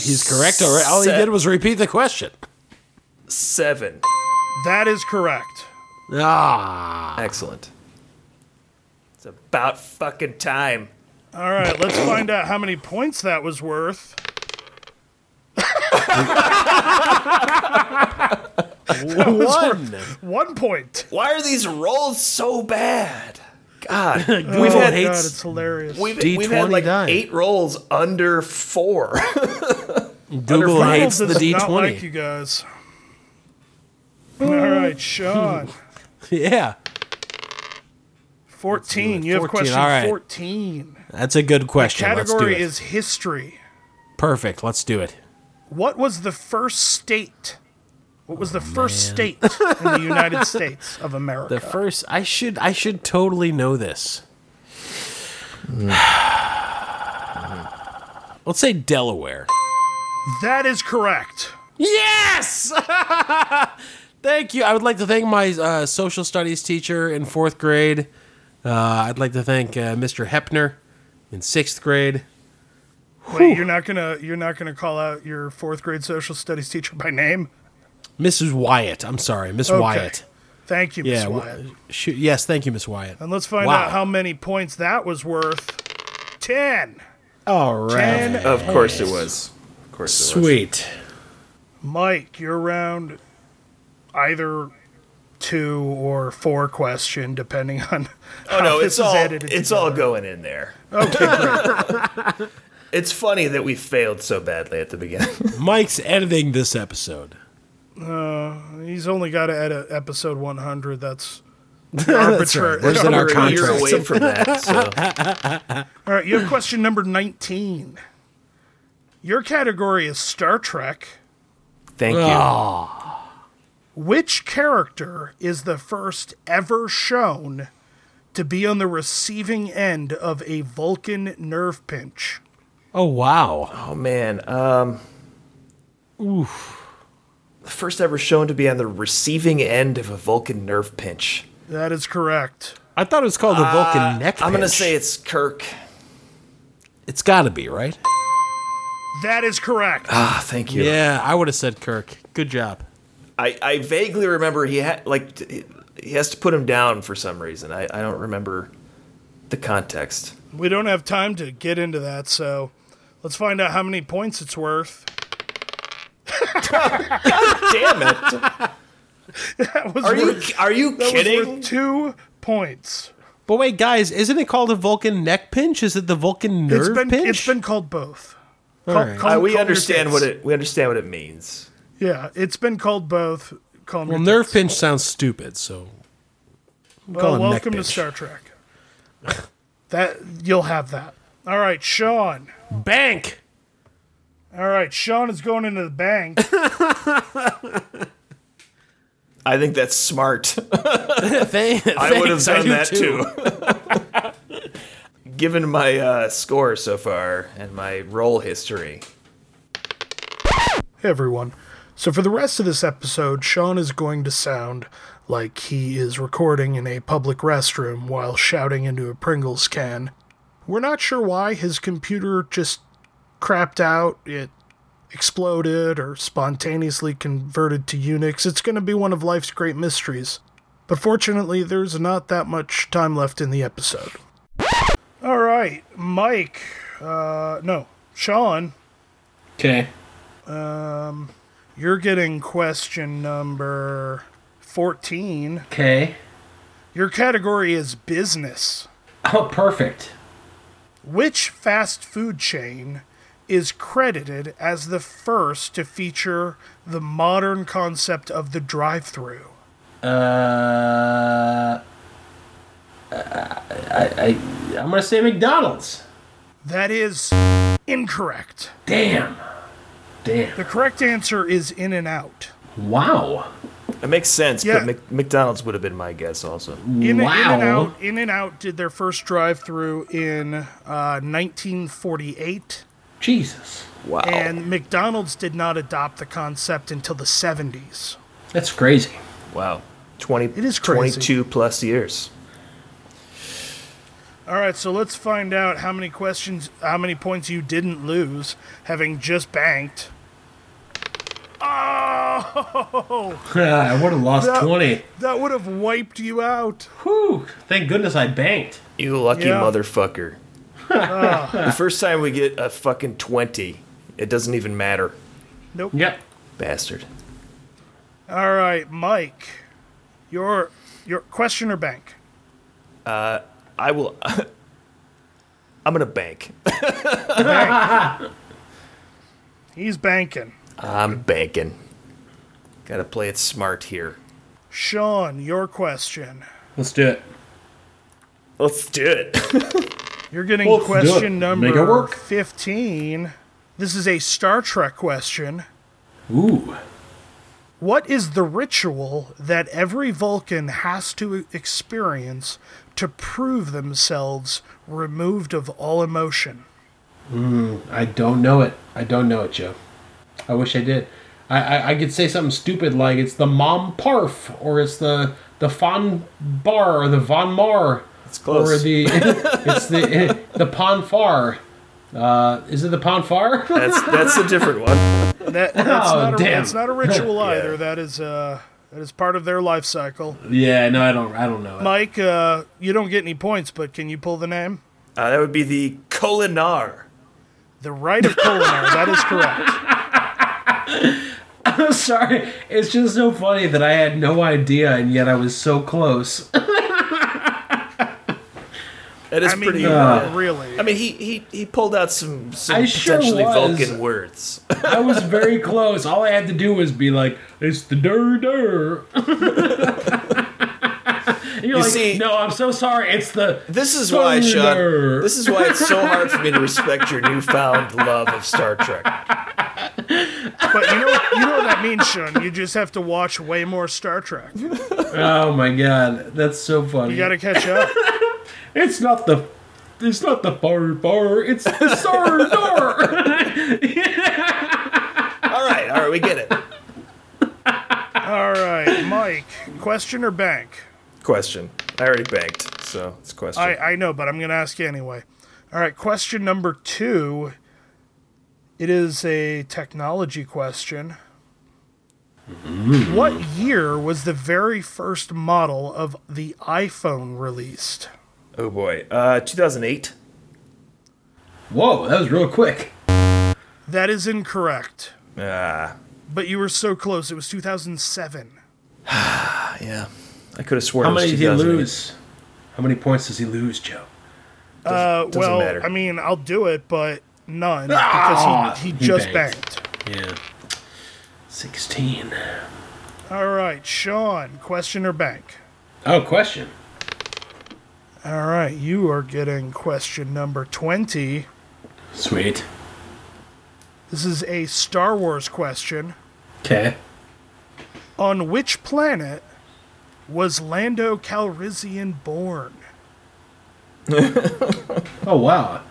B: he's correct already. All he
C: Set.
B: did was repeat the question.
C: Seven.
A: That is correct.
B: Ah.
C: Excellent. It's about fucking time.
A: All right, let's find out how many points that was worth.
B: One.
A: One point.
C: Why are these rolls so bad?
D: <laughs>
C: God,
A: oh
C: we've
A: god,
C: had
B: hates-
A: it's hilarious.
C: we've, we've had
B: D20
C: like
B: die.
C: eight rolls under four.
B: Google
A: Donald
B: hates the
A: does not
B: D20.
A: like you guys. All right, Sean.
B: Yeah.
A: 14. You have
B: 14,
A: question
B: all right.
A: 14.
B: That's a good question. Let's do
A: Category
B: it.
A: is history.
B: Perfect. Let's do it.
A: What was the first state? What was the first state in
B: <laughs>
A: the United States of America?
B: Oh, The first I should <sighs> I should totally know this. Let's say Delaware.
A: That is correct.
B: Yes! <laughs> thank you. I would like to thank my uh, social studies teacher in fourth grade. Uh, I'd like to thank uh, Mr. Hepner in sixth grade.
A: Wait, you're not gonna you're not gonna call out your fourth grade social studies teacher by name?
B: Mrs. Wyatt. I'm sorry, Miss
A: Okay.
B: Wyatt.
A: Thank you, Miss
B: Yeah. w-
A: Wyatt.
B: sh- yes, thank you, Miss Wyatt.
A: And let's find
B: Wow.
A: out how many points that was worth. Ten.
B: All right.
A: Ten.
D: Of course it was. Of course it was.
B: Sweet.
A: Mike, you're around either two or four question, depending on
C: <laughs>
A: <laughs>
C: Oh no,
A: this
C: it's
A: is
C: all
A: edited
C: it's all going in there. Okay. <laughs> it's funny that we failed so badly at the beginning.
B: Mike's editing this episode.
A: He's only got to edit episode 100. That's
C: <laughs>
B: That's
A: arbitrary.
B: right. Where's in our
C: We're a year
B: contract?
C: away from that.
D: <laughs>
C: So
A: All right, you have question number 19. Your category is Star Trek.
C: thank you.
D: Oh,
A: Which character is the first ever shown to be on the receiving end of a Vulcan nerve pinch?
B: Oh wow.
C: Oh man. Um The first ever shown to be on the receiving end of a Vulcan nerve pinch.
A: That is correct.
B: I thought it was called the Vulcan
E: Uh,
B: neck.
C: I'm gonna
B: pinch.
C: say it's Kirk.
B: it's got to be right.
A: That is correct.
C: Ah, thank you.
B: Yeah, I would have said Kirk. Good job.
C: I, I vaguely remember he had like t- he has to put him down for some reason. I, I don't remember the context.
A: We don't have time to get into that, so let's find out how many points it's worth.
C: Damn it!
A: <laughs> That was
C: Are you
A: worth,
C: are you
A: that was
C: kidding?
A: worth two points.
B: But wait, guys, isn't it called a Vulcan neck pinch? Is it the Vulcan nerve
A: It's been
B: pinch?
A: it's been called both. Call-
B: right.
A: call-
C: Uh, we
A: call your
C: understand
A: tits.
C: what it we understand what it means.
A: Yeah, it's been called both. Call 'em
B: well,
A: your
B: nerve
A: tits.
B: pinch sounds stupid, so we'll call
A: Well,
B: it neck
A: welcome to
B: pinch.
A: Star Trek. that you'll have that. All right, Sean.
E: <laughs>
B: Bank.
A: All right, Sean is going into the bank.
C: I think that's smart. <laughs>
B: Thank-
C: I would have
B: thanks, I
C: done
B: do
C: that too. <laughs> Given my uh, score so far and my role history,
A: Hey, everyone. So, for the rest of this episode, Sean is going to sound like he is recording in a public restroom while shouting into a Pringles can. We're not sure why his computer just crapped out, it exploded, or spontaneously converted to Unix. It's going to be one of life's great mysteries. But fortunately, there's not that much time left in the episode. All right, Mike. Uh, no, Sean.
E: Okay.
A: You're getting question number 14.
E: Okay.
A: Your category is business.
E: Oh, perfect.
A: Which fast food chain is credited as the first to feature the modern concept of the drive through?
E: Uh, I, I, I'm gonna say McDonald's.
A: That is incorrect.
E: Damn. Damn.
A: The correct answer is In and Out.
E: Wow.
C: it makes sense.
A: Yeah.
C: But Mc- McDonald's would have been my guess also.
A: In,
E: wow.
A: in and Out In and Out did their first drive through in uh, 1948,
E: Jesus.
C: Wow.
A: and McDonald's did not adopt the concept until the 70s.
E: That's crazy. <laughs>
C: wow. 20, it
A: is
C: is
A: crazy.
C: 22 plus years.
A: All right, so let's find out how many questions, how many points you didn't lose, having just banked. Oh,
E: I would have lost
A: That-
E: 20.
A: that would have wiped you out.
E: Whew. Thank goodness I banked.
C: You lucky
A: Yeah. <laughs>
C: motherfucker. the first time we get a fucking 20, it doesn't even matter.
E: Yep.
C: Bastard.
A: All right, Mike, your your question or bank?
C: I will. <laughs> I'm going to bank. <laughs>
E: <laughs>
A: He's banking.
C: I'm banking. Gotta play it smart here.
A: Sean, your question.
E: Let's do it.
C: Let's do it. <laughs>
A: You're getting
E: Let's do it.
A: question number
E: Make it work.
A: 15. This is a Star Trek question.
E: Ooh.
A: What is the ritual that every Vulcan has to experience to prove themselves removed of all emotion?
B: I don't know it. I don't know it, Joe. I wish I did. I, I, I could say something stupid like it's the Mom Parf or it's the the Von Bar or the Von Mar.
D: It's close.
B: Or the it's the the Ponfar. Uh, is it the <laughs> Ponfar?
C: That's that's a different one. Uh,
A: That, that's,
B: Oh,
A: not a,
B: damn.
A: that's not a
B: <laughs>
A: ritual either. That is uh, that is part of their life cycle.
B: yeah, no, I don't. I don't know. It.
A: Mike, uh, you don't get any points, but can you pull the name?
C: Uh, that would be the Kolinar.
A: The Rite of Kolinar. that is
B: <laughs>
A: correct.
B: I'm sorry. It's just so funny that I had no idea and yet I was so close.
C: That is
A: I mean, uh,
C: pretty.
A: you were really.
C: I mean, he, he he pulled out some some
B: I sure
C: potentially
B: was.
C: Vulcan words.
B: I was very close. All I had to do was be like, "It's the dur dur." You're like,
D: see-
B: no, I'm so sorry. It's the
C: This is why, Sean.
B: Thunder.
C: This is why it's so hard for me to respect your newfound love of Star Trek.
A: But you know, you know what that means, Sean. You just have to watch way more Star Trek. You
B: oh my god, that's so funny.
A: got to catch
B: <laughs>
A: up.
B: It's not the. It's not the bar bar. It's the star <laughs> door.
C: All right, all right, we get it.
A: All right, Mike. Question or bank?
D: question. I already banked, so it's question.
A: I, I know, but I'm going to ask you anyway. All right, question number two. It is a technology question. What year was the very first model of the iPhone released?
D: oh boy.
C: Uh, 2008.
B: Whoa, that was real quick.
A: That is incorrect,
C: Uh,
D: Ah,
A: but you were so close. It was 2007.
D: yeah.
C: I could have sworn.
B: How
C: it was
B: many did he
C: 2008.
B: lose? How many points does he lose, Joe?
A: Uh,
C: doesn't
A: well,
C: matter.
A: I mean, I'll do it, but none because he, he
B: he
A: just
B: banked.
A: banked.
B: Yeah, sixteen.
A: All right, Sean, question or bank?
B: Oh, question.
A: All right, you are getting question number 20.
B: Sweet.
A: This is a Star Wars question.
B: Okay.
A: On which planet was Lando Calrissian born?
B: Oh wow.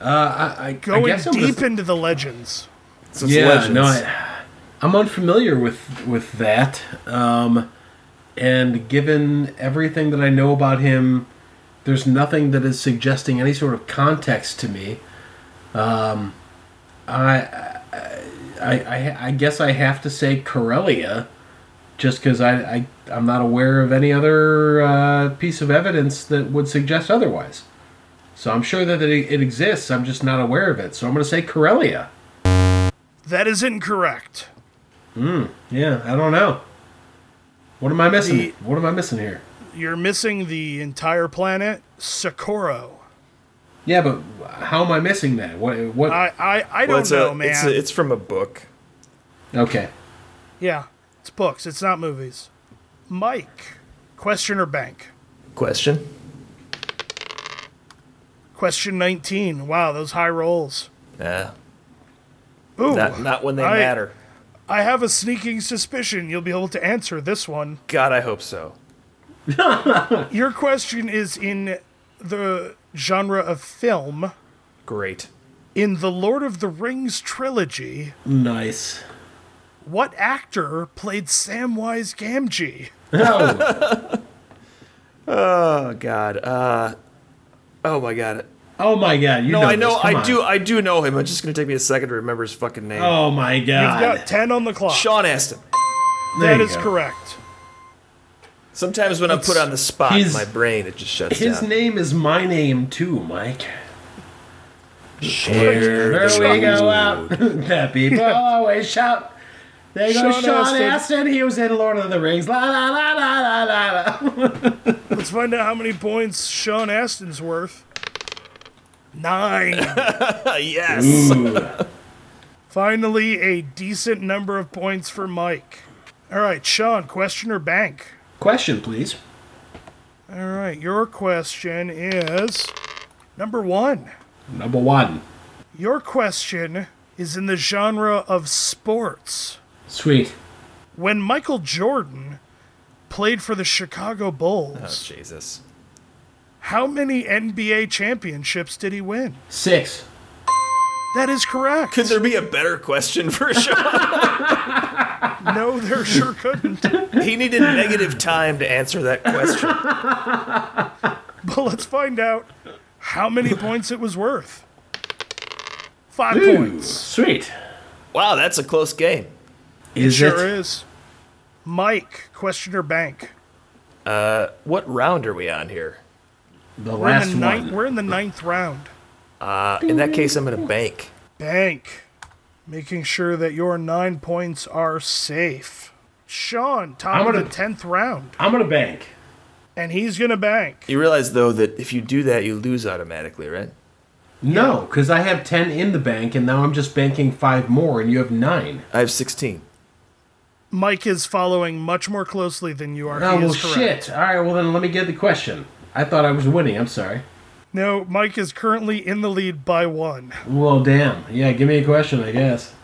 B: Uh, I, I I
A: Going
B: guess it was-
A: deep into the legends.
D: So it's
B: yeah,
D: legends.
B: no, I, I'm unfamiliar with with that. Um, and given everything that I know about him, there's nothing that is suggesting any sort of context to me. Um, I, I, I, I guess I have to say Corellia, just because I, I I'm not aware of any other uh, piece of evidence that would suggest otherwise. So I'm sure that it, it exists. I'm just not aware of it. So I'm going to say Corellia.
A: That is incorrect.
B: Yeah, I don't know. What am I missing?
A: The-
B: what am I missing here?
A: You're missing the entire planet, Socorro.
B: Yeah, but how am I missing that? What? What?
A: I, I, I
D: Well,
A: don't
D: it's,
A: know,
D: a,
A: man.
D: it's a- it's from a book.
B: okay.
A: yeah, it's books, it's not movies. Mike, question or bank?
C: Question.
A: Question 19. Wow, those high rolls.
C: Uh,
A: Ooh,
C: not not when they
A: I-
C: matter.
A: I have a sneaking suspicion you'll be able to answer this one.
C: God, I hope so.
A: Your question is in the genre of film.
C: Great.
A: In the Lord of the Rings trilogy,
B: Nice.
A: what actor played Samwise Gamgee?
B: Oh,
C: Oh God. Uh, oh my God.
B: oh my God! You
C: No,
B: know
C: I know.
B: this. Come
C: I
B: on.
C: do. I do know him. It's just gonna take me a second to remember his fucking name.
B: Oh my
A: You've got
B: God!
A: 10 on the clock.
C: Sean Astin.
B: There
A: that
B: you
A: is
B: go.
A: correct.
C: Sometimes when I'm put on the spot,
B: his-
C: my brain it just shuts
B: His
C: down.
B: name is my name too, Mike.
C: Share
B: There
C: the
B: we go <laughs> out. the people always shout. There goes
A: Sean
B: Sean,
A: Astin.
B: Astin. He was in Lord of the Rings. La la la la la la. la.
A: Let's find out how many points Sean Astin's worth.
B: <laughs>
A: Nine.
C: <laughs> yes.
A: Finally, a decent number of points for Mike. All right, Sean, question or bank?
B: Question, please.
A: All right, your question is number one.
B: Number one.
A: Your question is in the genre of sports.
B: Sweet.
A: When Michael Jordan played for the Chicago Bulls,
D: Jesus.
A: how many NBA championships did he win?
B: Six.
A: That is correct.
C: Could there be a better question for <laughs> Sean?
A: no, there sure couldn't.
C: he needed negative time to answer that question.
A: But let's find out how many points it was worth. Five
B: Ooh,
A: points.
B: sweet.
C: Wow, that's a close game.
B: Is
A: Sure
B: it?
A: is. Mike, questioner bank.
C: What round are we on here?
B: The
A: We're in
B: last
A: the, ninth,
B: one.
A: we're in the ninth round.
C: Uh, in that case, I'm going to bank.
A: Bank. Making sure that your nine points are safe. Sean, top
B: I'm
A: of
B: gonna-
A: the tenth round.
B: I'm gonna bank.
A: And he's gonna bank.
C: You realize, though, that if you do that, you lose automatically, right?
B: No, because I have ten in the bank, and now I'm just banking five more, and you have nine.
C: I have 16.
A: Mike is following much more closely than you are.
B: Oh
A: he
B: well,
A: is correct.
B: shit. All right, well then let me get the question. I thought I was winning. I'm sorry.
A: No, Mike is currently in the lead by one.
B: Well, damn. Yeah, give me a question, I guess.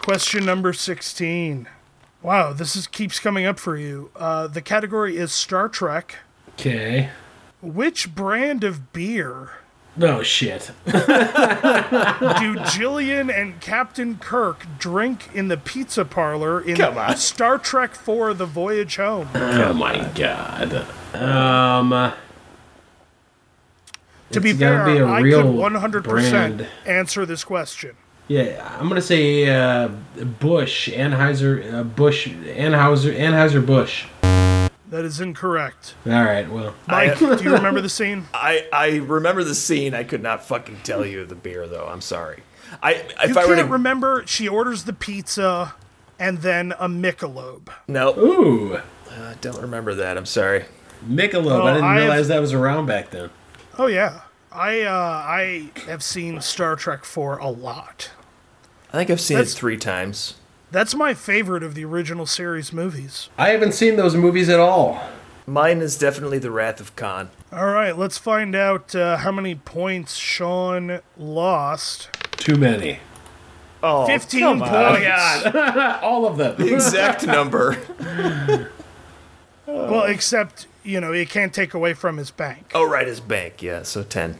A: Question number 16. Wow, this is keeps coming up for you. Uh, the category is Star Trek.
B: Okay.
A: Which brand of beer
B: <laughs> Oh shit.
A: do Jillian and Captain Kirk drink in the pizza parlor in
C: Come on.
A: Star Trek IV The Voyage Home?
B: Oh my god. Um. uh,
A: to be
B: it's gotta
A: fair,
B: be a
A: I
B: real
A: could 100%
B: brand.
A: answer this question.
B: Yeah, I'm gonna say uh, Bush, Anheuser, uh, Bush, Anheuser, Anheuser Busch.
A: That is incorrect.
B: All right, well,
A: Mike, do you remember the scene?
C: I, I remember the scene. I could not fucking tell you the beer, though. I'm sorry. I <laughs> if
A: You
C: I were
A: can't
C: to
A: remember. She orders the pizza and then a Michelob.
C: no,
B: ooh,
C: I don't remember that. I'm sorry.
B: Michelob. I didn't
A: I have-
B: realize that was around back then.
A: Oh yeah, I uh, I have seen Star Trek Four a lot.
C: I think I've seen
A: That's-
C: it three times.
A: That's my favorite of the original series movies.
B: I haven't seen those movies at all.
C: Mine is definitely the Wrath of Khan.
A: All right, let's find out uh, how many points Sean lost.
B: Too many.
C: Oh,
A: Fifteen points.
B: all of them.
C: exact number.
A: Well, except you know it can't take away from his bank.
C: Oh, right, his bank. Yeah, so ten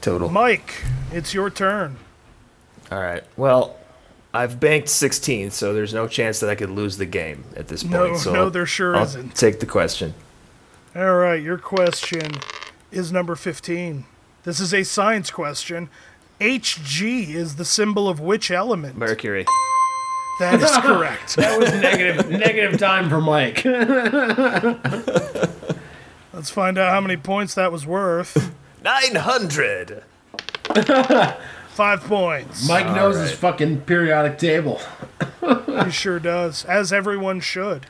C: total.
A: Mike, it's your turn.
C: All right. Well, I've banked 16, so there's no chance that I could lose the game at this point.
A: No,
C: so
A: no,
C: I'll-
A: there sure
C: I'll
A: isn't.
C: Take the question.
A: All right, your question is number 15. This is a science question. Hg is the symbol of which element?
C: Mercury.
A: <laughs> That is correct.
B: That was <laughs> negative negative time for Mike.
A: Let's find out how many points that was worth.
C: 900.
A: Five points.
B: Mike knows his fucking periodic table. <laughs>
A: He sure does, as everyone should.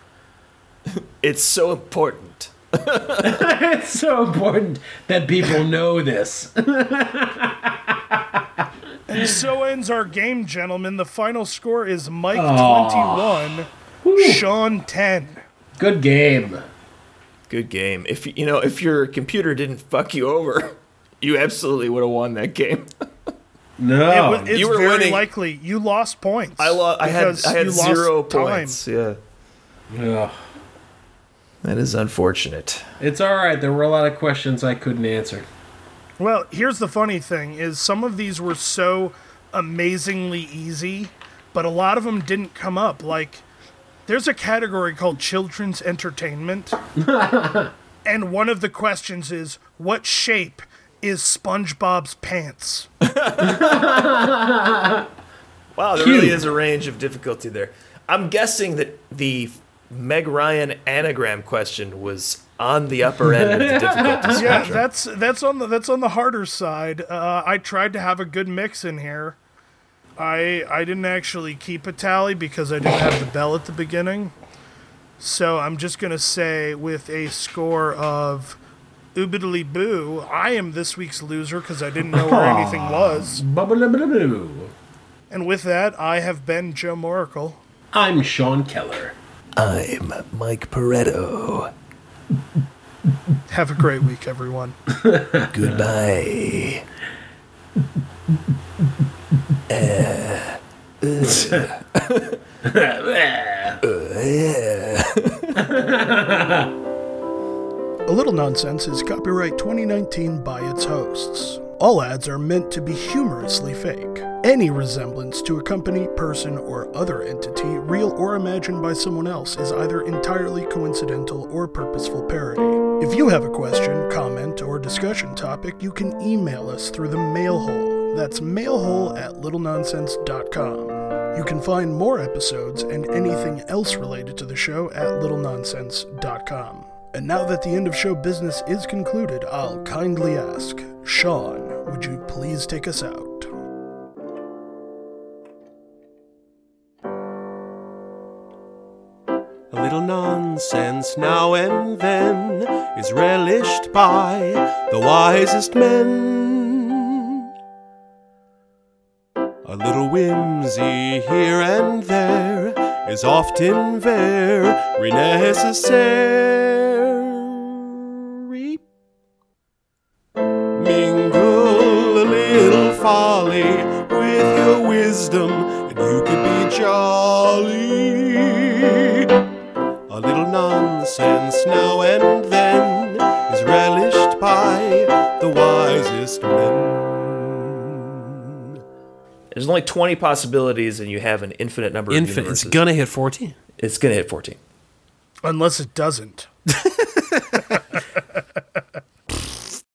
C: It's so important.
B: It's so important that people know this.
A: So ends our game, gentlemen. The final score is Mike
B: Aw.
A: 21, Sean 10.
B: Good game.
C: Good game. If you know, if your computer didn't fuck you over, <laughs> you absolutely would have won that game.
A: It
B: No,
A: wa- it's
C: you were
A: very
C: winning.
A: likely you lost points.
C: <laughs> I, lo- I had
A: because
C: I
A: you
C: had
A: lost
C: zero
A: time.
C: points. Yeah,
B: Ugh.
C: that is unfortunate.
B: it's all right. There were a lot of questions I couldn't answer.
A: Well, here's the funny thing is some of these were so amazingly easy, but a lot of them didn't come up. Like there's a category called children's entertainment. and one of the questions is what shape is SpongeBob's pants?
C: Wow, there
B: Cute.
C: really is a range of difficulty there. I'm guessing that the Meg Ryan anagram question was on the upper end of
A: <laughs>
C: the difficulty spectrum.
A: Yeah, that's that's on the that's on the harder side. Uh, I tried to have a good mix in here. I I didn't actually keep a tally because I didn't have the bell at the beginning. So I'm just gonna say with a score of oobidly boo, I am this week's loser because I didn't know where anything was.
B: Bubba-lubba-lubba.
A: And with that, I have been Joe Moracle.
B: I'm Sean Keller.
C: I'm Mike Pareto.
A: Have a great week, everyone.
C: Goodbye.
A: A Little Nonsense is copyright 2019 by its hosts.
F: All ads are meant to be humorously fake. Any resemblance to a company, person, or other entity, real or imagined by someone else, is either entirely coincidental or purposeful parody. If you have a question, comment, or discussion topic, you can email us through the mailhole. That's mailhole at littlenonsense.com. You can find more episodes and anything else related to the show at littlenonsense.com. And now that the end of show business is concluded, I'll kindly ask Sean, would you please take us out?
G: A little nonsense now and then is relished by the wisest men. A little whimsy here and there is often very necessary. Mingle a little folly with your wisdom, and you could be jolly. A little nonsense now and then is relished by the wisest men.
C: There's only 20 possibilities, and you have an infinite number of
G: Infant, it's
C: universes.
G: gonna hit 14.
C: it's gonna hit 14.
F: Unless it doesn't.